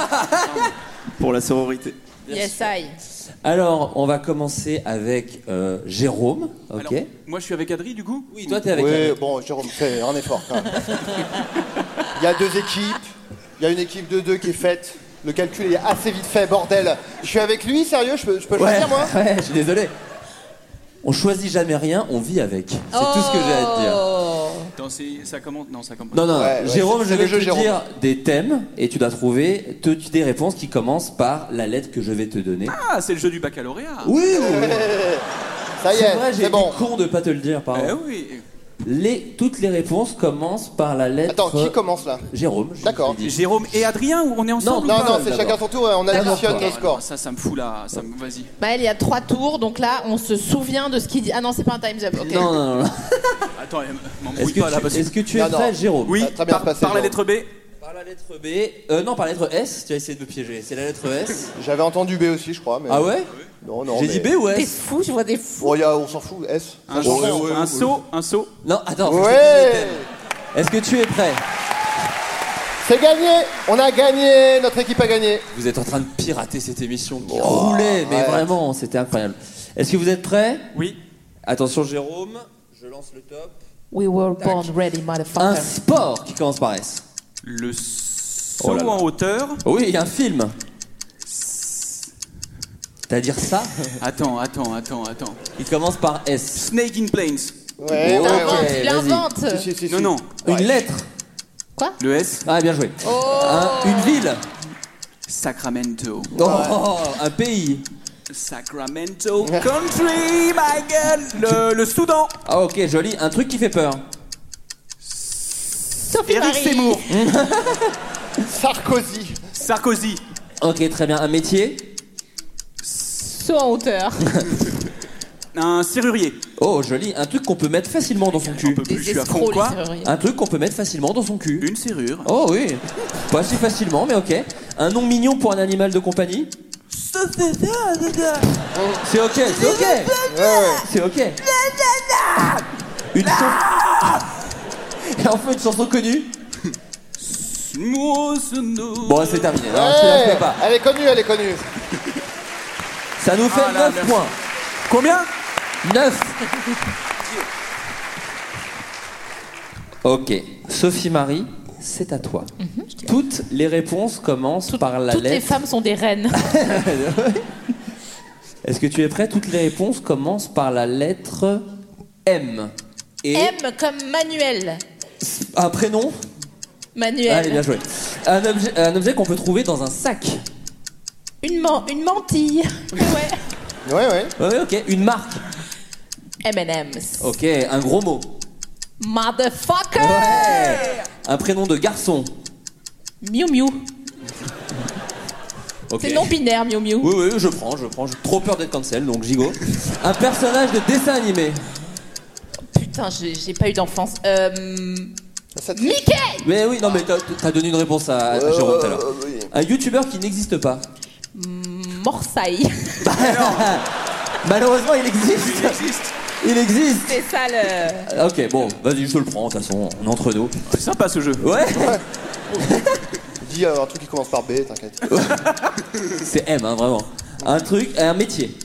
S5: pour la sororité.
S6: yes, I.
S5: Alors, on va commencer avec euh, Jérôme. Ok.
S7: Alors, moi, je suis avec Adri, du coup
S5: Oui, toi, t'es avec
S3: Ouais,
S5: Adrien.
S3: bon, Jérôme, fais un effort quand même. Il y a deux équipes. Il y a une équipe de deux qui est faite. Le calcul est assez vite fait, bordel. Je suis avec lui, sérieux Je peux, je peux le
S5: Ouais,
S3: choisir, moi
S5: ouais, je suis désolé. On choisit jamais rien, on vit avec. C'est tout ce que j'ai à te dire.
S7: Attends, c'est- ça commence Non, ça commence.
S5: Non, non,
S7: Ouais, ouais,
S5: Jérôme,
S7: c'est-
S5: je
S7: c'est
S5: vais
S7: le jeu,
S5: te
S7: Jérôme.
S5: dire des thèmes et tu dois trouver te- des réponses qui commencent par la lettre que je vais te donner.
S7: Ah, c'est le jeu du baccalauréat.
S5: Oui, oui, oui.
S3: Ça y
S5: C'est
S3: est,
S5: vrai, j'ai
S3: c'est
S5: été
S3: bon.
S7: Ah.
S5: con de pas te le dire, pardon.
S7: Eh oui.
S5: Les, toutes les réponses commencent par la lettre.
S3: Attends, qui commence là
S5: Jérôme.
S3: D'accord.
S7: Jérôme et Adrien, ou on est ensemble
S3: Non, non, c'est chacun son tour et on additionne nos scores.
S7: Ça, ça me fout là. Ça me... Vas-y.
S6: Bah, il y a trois tours, donc là, on se souvient de ce qu'il dit. Ah non, c'est pas un Time's Up. ok.
S5: Non, non, non. non.
S7: Attends, elle
S5: Est-ce
S7: m'embrouille
S5: que,
S7: pas là.
S5: tu-
S7: parce
S5: est-ce que tu es prêt, Jérôme
S7: Oui, par, par la
S5: Jérôme.
S7: lettre B.
S5: Par la lettre B. Euh, non, par la lettre S. Tu as essayé de me piéger. C'est la lettre S.
S3: J'avais entendu B aussi, je crois. Mais...
S5: Ah ouais
S3: Non, non.
S5: J'ai
S3: mais-
S5: dit B ou
S6: T'es
S5: S
S6: fou, je vois des fous.
S3: Oh, y a- on s'en fout, S.
S7: Un,
S3: Ouais,
S7: saut,
S3: ouais,
S7: un
S3: ouais.
S7: saut, un saut.
S5: Non, attends. faut que je te dise
S3: Ouais
S5: lesquelles. Est-ce que tu es prêt
S3: C'est gagné On a gagné Notre équipe a gagné
S5: Vous êtes en train de pirater cette émission qui roulait, mais
S3: ouais.
S5: vraiment, c'était incroyable. Est-ce que vous êtes prêts
S7: Oui.
S5: Attention, Jérôme, je lance le top.
S6: We were born ready,
S5: Un
S6: motherfucker.
S5: sport qui commence par S.
S7: Le saut
S5: Oh là là.
S7: en hauteur.
S5: Oui, il y a un film. C'est-à-dire ça
S7: Attends, attends, attends, attends.
S5: Il commence par S.
S7: Snake in Plains.
S3: Ouais, ouais,
S6: T'inventes,
S3: ouais.
S5: vas-y.
S6: tu l'inventes.
S3: Si, si, si,
S7: Non,
S3: si.
S7: non.
S5: Une lettre.
S7: Le S.
S5: Ah, bien joué. Un- une ville.
S7: Sacramento.
S5: Oh, un pays.
S7: Sacramento Country, my girl. Le, le Soudan.
S5: Ah, ok, joli. Un truc qui fait peur.
S6: Sophie
S7: Eric
S6: Marie.
S7: Seymour.
S3: Sarkozy
S7: Sarkozy.
S5: Ok, très bien. Un métier.
S6: Saut en hauteur.
S7: Un serrurier.
S5: Oh, joli. Un truc qu'on peut mettre facilement dans son
S7: J'en
S5: cul.
S7: peux plus, je
S6: Des
S7: suis à fond.
S6: escrocs,
S7: Quoi
S6: les serruriers.
S5: Un truc qu'on peut mettre facilement dans son cul.
S7: Une serrure.
S5: Oh oui, pas si facilement, mais ok. Un nom mignon pour un animal de compagnie C'est ok, c'est ok C'est ok Une chanson... Et enfin une chanson connue Bon, c'est terminé, non, tu la fais
S3: Ouais.
S5: pas.
S3: Elle est connue, elle est connue
S5: Ça nous fait
S7: Ah là,
S5: 9
S7: merci.
S5: points.
S7: Combien
S5: 9 Ok, Sophie Marie, c'est à toi. Toutes les réponses commencent par la
S6: Mhm. Toutes les
S5: lettre.
S6: femmes sont des reines.
S5: Est-ce que tu es prêt Toutes les réponses commencent par la lettre M. Et
S6: M comme Manuel.
S5: un prénom
S6: Manuel.
S5: Allez, bien Ah, joué. Un objet, un objet qu'on peut trouver dans un sac.
S6: Une, man- une mantille. Ouais.
S3: Ouais, ouais.
S5: Ouais, ouais, ok. Une marque.
S6: M&M's.
S5: Ok, un gros mot.
S6: Motherfucker.
S5: Ouais. Un prénom de garçon.
S6: Miu Miu.
S5: Ok.
S6: C'est non binaire, Miu Miu.
S5: Oui, oui, je prends, je prends. J'ai trop peur d'être cancel, donc gigot. un personnage de dessin animé.
S6: Putain, j'ai j'ai pas eu d'enfance. Euh...
S3: Ça te-
S6: Mickey.
S5: Mais oui, non, mais t'as t'as donné une réponse à, à Ah, Jérôme tout à l'heure.
S3: Euh, oui.
S5: Un youtubeur qui n'existe pas.
S6: Morsaï.
S5: Malheureusement, il existe.
S7: Ah, Il existe.
S5: Il existe.
S6: C'est ça le.
S5: Ok, bon, vas-y, je te le prends, de toute façon, on est entre nous.
S7: C'est sympa ce jeu.
S5: Ouais
S3: Dis euh, un truc qui commence par B, t'inquiète.
S5: C'est M, hein, vraiment. Un truc, un métier.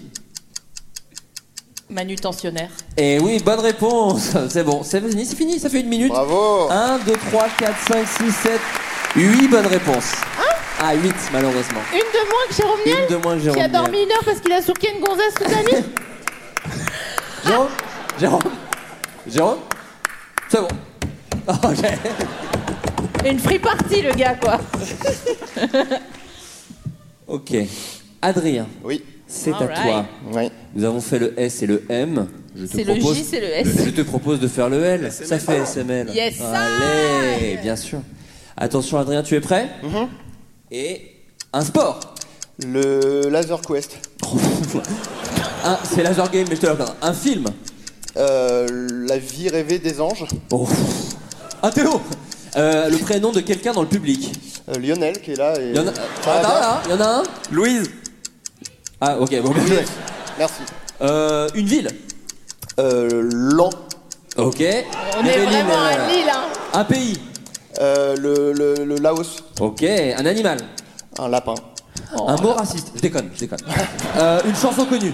S6: Manutentionnaire.
S5: Et oui, bonne réponse C'est bon, c'est fini, c'est fini, ça fait une minute.
S3: Bravo
S5: 1, 2, 3, 4, 5, 6, 7, 8 bonnes réponses.
S7: Hein
S5: ah, 8, malheureusement.
S6: Une de moins que Jérôme Niel
S5: Une de moins que
S6: Qui
S5: Jérôme.
S6: a dormi
S5: Niel.
S6: une heure parce qu'il a sourqué une gonzesse toute la nuit
S5: Jérôme Jérôme Jérôme C'est bon. Ok.
S6: Une free party, le gars, quoi.
S5: Ok. Adrien,
S3: Oui.
S5: c'est à
S6: Alright.
S5: toi.
S3: Oui.
S5: Nous avons fait le S et le M. Je te
S6: C'est le
S5: propose...
S6: J, c'est le S.
S5: Je te propose de faire le L. Ça fait SML.
S6: Yes, sir.
S5: Allez, bien sûr. Attention, Adrien, tu es prêt Et un sport.
S3: Le Laser Quest.
S5: Un- C'est laser game, mais je te l'accorde. Un film.
S3: Euh, la vie rêvée des anges.
S5: Oh. Un théo. Euh, le prénom de quelqu'un dans le public.
S3: Euh, Lionel qui est là. Et...
S5: Il y en a,
S3: Ça va
S5: Attends,
S3: bien hein
S5: là, il y en a un
S7: Louise.
S5: Ah, ok, bon, bien joué.
S3: Merci.
S5: Euh, Une ville.
S3: Euh, L'an.
S5: Ok.
S6: On est vraiment à Lille, hein.
S5: euh, Un pays.
S3: Euh, le, le- le Laos.
S5: Ok. Un animal.
S3: Un lapin.
S5: un mot raciste. Je déconne, je déconne. Euh, une chanson connue.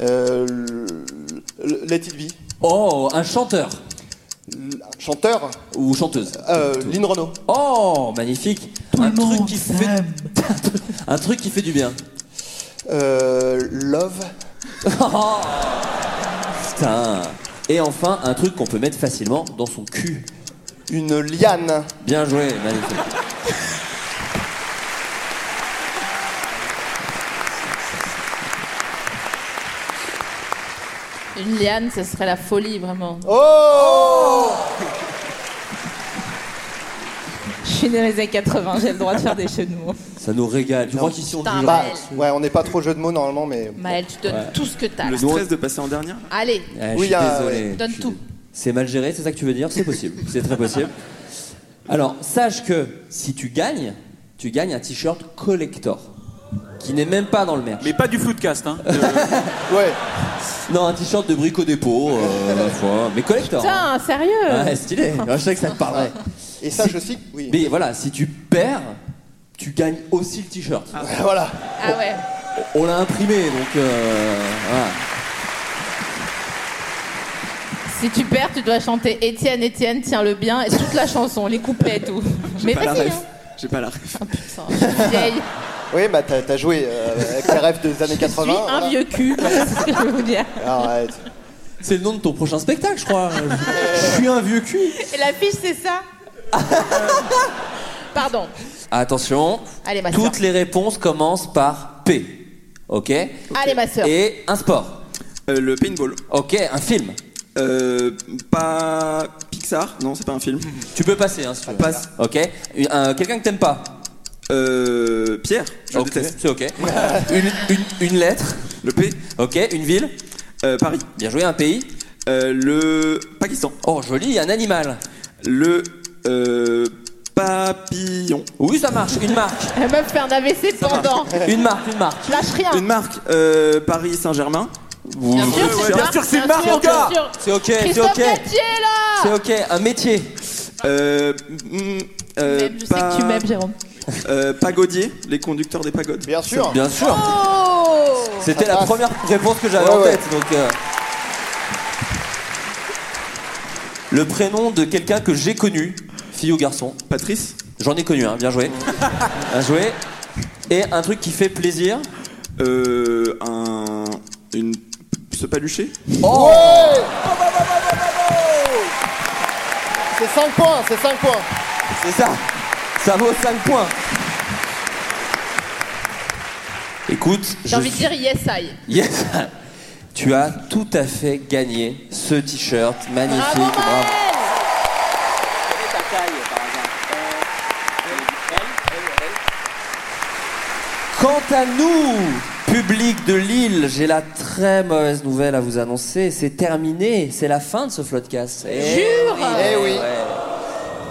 S3: Euh, le- le- Let it be.
S5: Oh, un chanteur.
S3: L- Chanteur.
S5: Ou chanteuse.
S3: Euh, Lynn Renault.
S5: Oh, magnifique. un truc qui fait un truc qui fait du bien.
S3: Euh, love.
S5: Putain. Et enfin, un truc qu'on peut mettre facilement dans son cul.
S3: Une liane.
S5: Bien joué, magnifique.
S6: Une liane, ce serait la folie, vraiment.
S3: Oh
S13: Je suis des années 80, j'ai le droit de faire des jeux de mots.
S5: Ça nous régale. Tu crois qu'ici on
S13: Putain,
S5: juge
S13: bah,
S3: Ouais, on n'est pas trop jeu de mots normalement, mais.
S6: Maël, tu donnes
S5: Ouais.
S6: tout ce que t'as. là.
S5: de passer en dernière
S6: Allez.
S5: Oui,
S6: il y a-
S5: Eh, désolé.
S6: Donne
S5: Je suis
S6: tout.
S5: désolé. C'est mal géré, c'est ça que tu veux dire C'est possible, c'est très possible. Alors, sache que si tu gagnes, tu gagnes un t-shirt collector qui n'est même pas dans le merch. Mais pas du floodcast, hein
S7: Euh,
S3: Ouais.
S5: Non, un t-shirt de Brico Dépôt, euh, ma foi, mais collector. hein.
S6: Putain, sérieux
S5: Ouais, stylé. Je sais que ça te parlerait.
S3: Et sache aussi, oui.
S5: Mais voilà, si tu perds, tu gagnes aussi le t-shirt.
S3: voilà.
S6: Ah ouais.
S5: On l'a imprimé, donc euh, voilà.
S6: Si tu perds, tu dois chanter Étienne, Étienne, tiens le bien et toute la chanson, les couplets et tout. Mais vas-y, hein.
S3: J'ai pas la
S6: Putain, je suis vieille.
S3: Oui, bah t'as t'as joué euh, avec les rêves des années 80.
S6: Je suis un vieux cul, c'est ce que je veux vous dire.
S3: Arrête.
S5: C'est le nom de ton prochain spectacle, je crois. je suis un vieux cul.
S6: Et la fiche, c'est ça Pardon.
S5: Attention,
S6: Allez, ma sœur.
S5: toutes les réponses commencent par P. Ok
S6: Allez, ma sœur.
S5: Et un sport Le paintball. Ok, un film
S12: Euh, pas Pixar, non, c'est pas un film.
S5: Tu peux passer, hein, si tu veux. Passe. Ok Une- un- Quelqu'un que t'aimes pas
S12: Euh, Pierre, je
S5: Ok,
S12: déteste.
S5: C'est ok. une, une- une lettre Le P. Ok, une ville Paris. Bien joué, un pays Le Pakistan. Oh, joli, un animal Le
S12: euh,
S5: papillon. Oui, ça marche, une marque.
S6: La Eh, meuf fait un AVC pendant.
S5: Une marque, une marque.
S6: Je lâche rien.
S12: Une marque, euh, Paris Saint-Germain.
S5: Bien
S6: sûr, c'est une marque, bien sûr, bien sûr.
S5: C'est ok, Eh, c'est
S6: Christophe
S5: ok
S6: Gatier, là
S5: C'est ok, un métier
S12: Euh, mm, euh,
S6: Je sais
S5: bah-
S6: que tu m'aimes, Jérôme.
S12: euh, pagodier, les conducteurs des pagodes.
S3: Bien
S5: sûr. Bien sûr.
S6: Oh
S5: C'était la première réponse que j'avais
S12: Ouais,
S5: en
S12: ouais.
S5: tête. Donc, euh, Le prénom de quelqu'un que j'ai connu, fille ou garçon. Patrice J'en ai connu, hein, bien joué. bien joué. Et un truc qui fait plaisir
S12: Euh, un, une, se palucher.
S5: Oh
S3: C'est 5 points, c'est 5 points.
S5: C'est ça Ça vaut 5 points Écoute,
S6: J'ai
S5: je
S6: envie de dire yes, I.
S5: Yes Tu as tout à fait gagné ce t-shirt magnifique.
S6: Bravo,
S5: bravo. Quant à nous, public de Lille, j'ai la très mauvaise nouvelle à vous annoncer. C'est terminé, c'est la fin de ce Floodcast. Eh
S6: Jure
S5: oui, eh oui.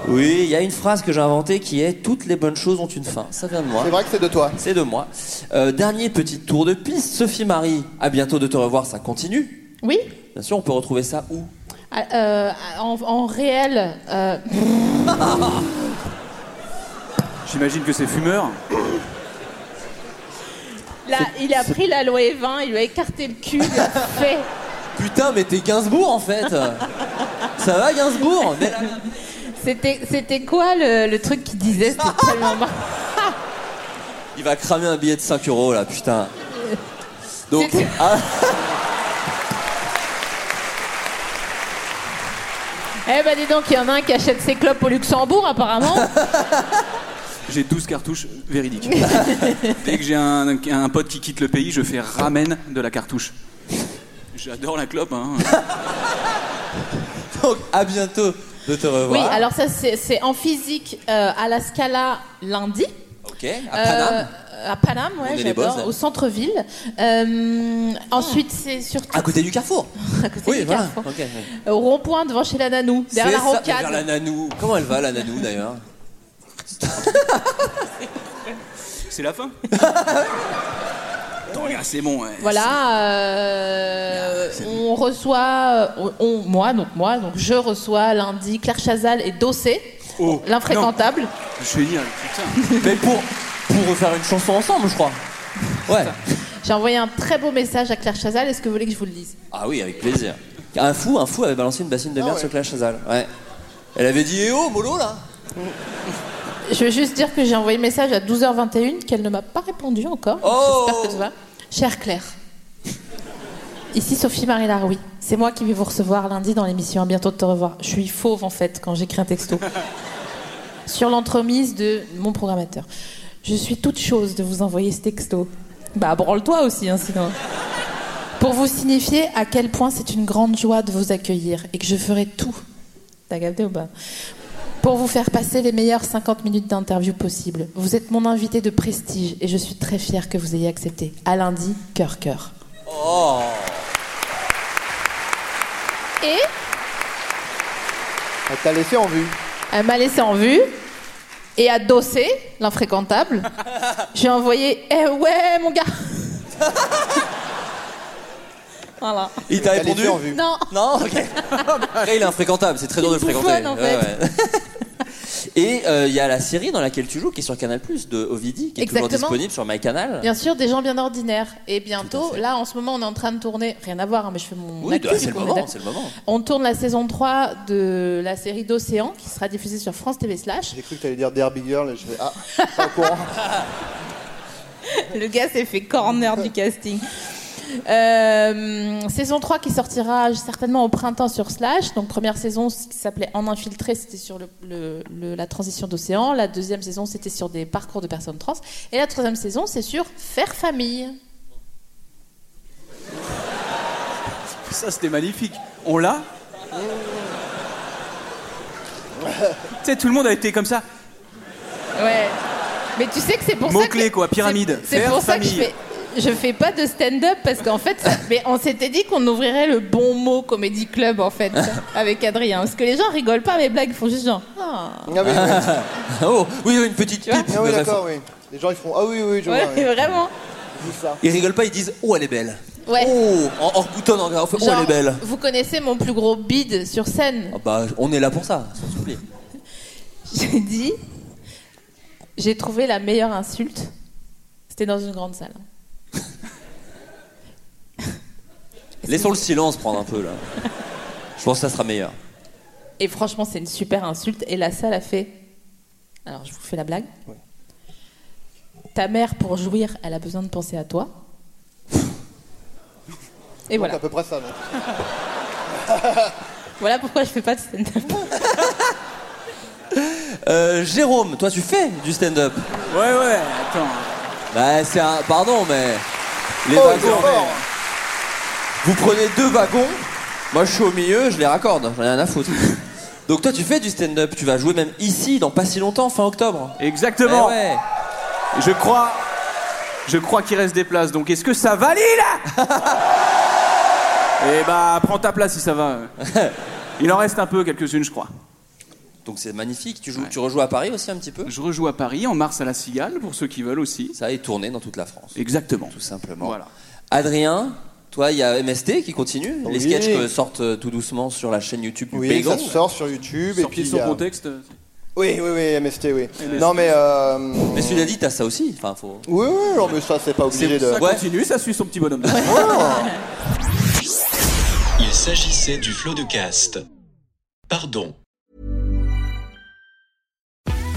S5: Oui, il y a une phrase que j'ai inventée qui est Toutes les bonnes choses ont une fin. Ça vient de moi.
S3: C'est vrai que c'est de toi.
S5: C'est de moi. Euh, dernier petit tour de piste. Sophie Marie, à bientôt de te revoir, ça continue.
S6: Oui
S5: Bien sûr, on peut retrouver ça où
S6: Ah, euh, en, en réel. euh,
S7: J'imagine que c'est fumeur.
S6: là, il a pris la loi 20, il lui a écarté le cul, il a fait.
S5: Putain, mais t'es Gainsbourg en fait Ça va Gainsbourg Mais là-
S6: C'était, c'était quoi le, le truc qu'il disait C'était tellement marrant.
S5: Il va cramer un billet de 5 euros là, putain. Donc. ah,
S6: Eh ben dis donc, il y en a un qui achète ses clopes au Luxembourg apparemment.
S7: J'ai 12 cartouches véridiques. Dès que j'ai un, un pote qui quitte le pays, je fais ramène de la cartouche. J'adore la clope, hein.
S5: donc, à bientôt de te revoir.
S6: Oui, alors ça c'est, c'est en physique euh, à la Scala lundi.
S5: Ok, à Paname.
S6: Euh, à Paname,
S5: On
S6: ouais,
S5: est les boss,
S6: j'adore,
S5: là.
S6: au centre-ville. Euh, ensuite, c'est surtout
S5: À côté du carrefour.
S6: à euh, côté
S5: Ah, Oui,
S6: du
S5: voilà.
S6: Carrefour.
S5: ok.
S6: Au rond-point devant chez la Nanou, derrière la
S5: C'est ça, vers
S6: rocade.
S5: la nanou. Comment elle va la nanou d'ailleurs
S7: C'est la fin. Attends, regarde, c'est bon. ouais.
S6: Voilà, euh, on reçoit, on, on- moi donc moi donc je reçois lundi Claire Chazal et Dossé,
S7: Oh,
S6: l'infréquentable.
S7: Je vais dire, putain.
S5: Mais pour, pour refaire une chanson ensemble, je crois. Ouais.
S6: J'ai envoyé un très beau message à Claire Chazal. Est-ce que vous voulez que je vous le dise
S5: Ah oui, avec plaisir. Un fou, un fou avait balancé une bassine de merde
S6: ouais.
S5: sur Clash Chazal. Ouais. Elle avait dit Eh oh, mollo là
S6: Je veux juste dire que j'ai envoyé un message à 12h21 qu'elle ne m'a pas répondu encore.
S5: Oh
S6: J'espère que ça va. Chère Claire, ici Sophie-Marie Laroui. C'est moi qui vais vous recevoir lundi dans l'émission. À bientôt de te revoir. Je suis fauve en fait quand j'écris un texto. Sur l'entremise de mon programmateur. Je suis toute chose de vous envoyer ce texto. Bah, branle-toi aussi, hein, sinon. Pour vous signifier à quel point c'est une grande joie de vous accueillir et que je ferai tout. T'as capté ou pas Pour vous faire passer les meilleures 50 minutes d'interview possible. Vous êtes mon invité de prestige et je suis très fière que vous ayez accepté. À lundi, cœur cœur.
S5: Oh
S6: Et
S3: Elle t'a Ah, laissé en vue.
S6: Elle m'a laissé en vue et adossé l'infréquentable. J'ai envoyé Eh ouais, mon gars Voilà.
S5: Il t'a répondu
S6: Non.
S5: Non, ok. Après, il est infréquentable, c'est très dur de le fréquenter.
S6: bouffonne, en fait.
S5: ouais. Et euh, il y a la série dans laquelle tu joues qui est sur Canal de Ovidi, qui est toujours
S6: Exactement.
S5: disponible sur MyCanal.
S6: Bien sûr, des gens bien ordinaires. Et bientôt, là, en ce moment, on est en train de tourner. Rien à voir, hein, mais je fais mon.
S5: Oui,
S6: actu,
S5: bah,
S6: du
S5: c'est le
S6: coup, on est
S5: moment,
S6: d'accord.
S5: c'est le moment.
S6: On tourne la saison 3 de la série d'Océan qui sera diffusée sur France TV Slash.
S3: J'ai cru que t'allais dire Derby Girl et je fais Ah, pas au courant. Ah
S14: Le gars s'est fait corner du casting.
S6: Euh, saison 3 qui sortira certainement au printemps sur Slash. Donc première saison ce qui s'appelait En infiltré, c'était sur le- le- le- la transition d'océan. La deuxième saison c'était sur des parcours de personnes trans. Et la troisième saison c'est sur Faire famille.
S7: Ça, c'était magnifique. On l'a Tu sais, tout le monde a été comme ça.
S6: Ouais. Mais tu sais que c'est pour ça que...
S7: Mot-clé, quoi, pyramide.
S6: C'est
S7: Faire
S6: pour ça que je
S7: famille.
S6: fais, je fais pas de stand-up parce qu'en fait, mais on s'était dit qu'on ouvrirait le bon mot comédie club en fait avec Adrien parce que les gens rigolent pas à mes blagues, ils font juste genre. Ah.
S5: oh, oui, oui, une petite pipe.
S3: Ah oui,
S5: de ref.
S3: d'accord, oui. Les gens ils font Ah oui, oui, je vois.
S6: Ouais,
S3: oui.
S6: vraiment.
S3: Ils disent ça.
S5: Ils rigolent pas, ils disent Oh, elle est belle.
S6: Ouais.
S5: Oh, en, en boutonnant, en fait, Oh,
S6: Genre,
S5: elle est belle.
S6: Vous connaissez mon plus gros bide sur scène.
S5: Ah bah, on est là pour ça, s'il vous plaît.
S6: J'ai dit, j'ai trouvé la meilleure insulte. C'était dans une grande salle.
S5: Laissons le silence prendre un peu là. Je pense que ça sera meilleur.
S6: Et franchement, c'est une super insulte. Et la salle a fait. Alors, je vous fais la blague. Ta mère, pour jouir, elle a besoin de penser à toi. Et
S3: Donc,
S6: voilà.
S3: à peu près ça, non
S6: Voilà pourquoi je fais pas de stand-up.
S5: Euh, Jérôme, toi tu fais du stand-up
S7: Ouais, ouais, attends.
S5: Bah, c'est un. Pardon, mais. Les
S7: Oh, il est
S5: wagons.
S7: fort.
S5: Vous prenez deux wagons, moi je suis au milieu, je les raccorde, j'en ai rien à foutre. Donc toi tu fais du stand-up, tu vas jouer même ici dans pas si longtemps, fin octobre.
S7: Exactement.
S5: Eh ouais.
S7: Je crois. Je crois qu'il reste des places, donc est-ce que ça va, Lila Eh bah, prends ta place si ça va. Il en reste un peu, quelques-unes, je crois.
S5: Donc c'est magnifique, tu, joues, tu rejoues à Paris aussi un petit peu
S7: Je rejoue à Paris, en mars à La Cigale, pour ceux qui veulent aussi.
S5: Ça est tourné dans toute la France.
S7: Exactement.
S5: Tout simplement. Voilà. Adrien, toi il y a MST qui continue, les
S3: Oui.
S5: sketchs euh, sortent euh, tout doucement sur la chaîne YouTube du
S3: Oui,
S5: Paysan.
S3: ça sort sur YouTube. et puis,
S7: Sorti
S3: il
S7: de son
S3: y a-
S7: contexte.
S3: Oui, oui, oui, MST, oui.
S7: MST.
S3: Non, mais. euh,
S5: Mais celui-là dit, t'as ça aussi. Enfin, faut...
S3: Oui, oui, non, mais ça, c'est pas obligé de.
S7: Ça continue, ça suit son petit bonhomme.
S1: Il s'agissait du flot de caste. Pardon.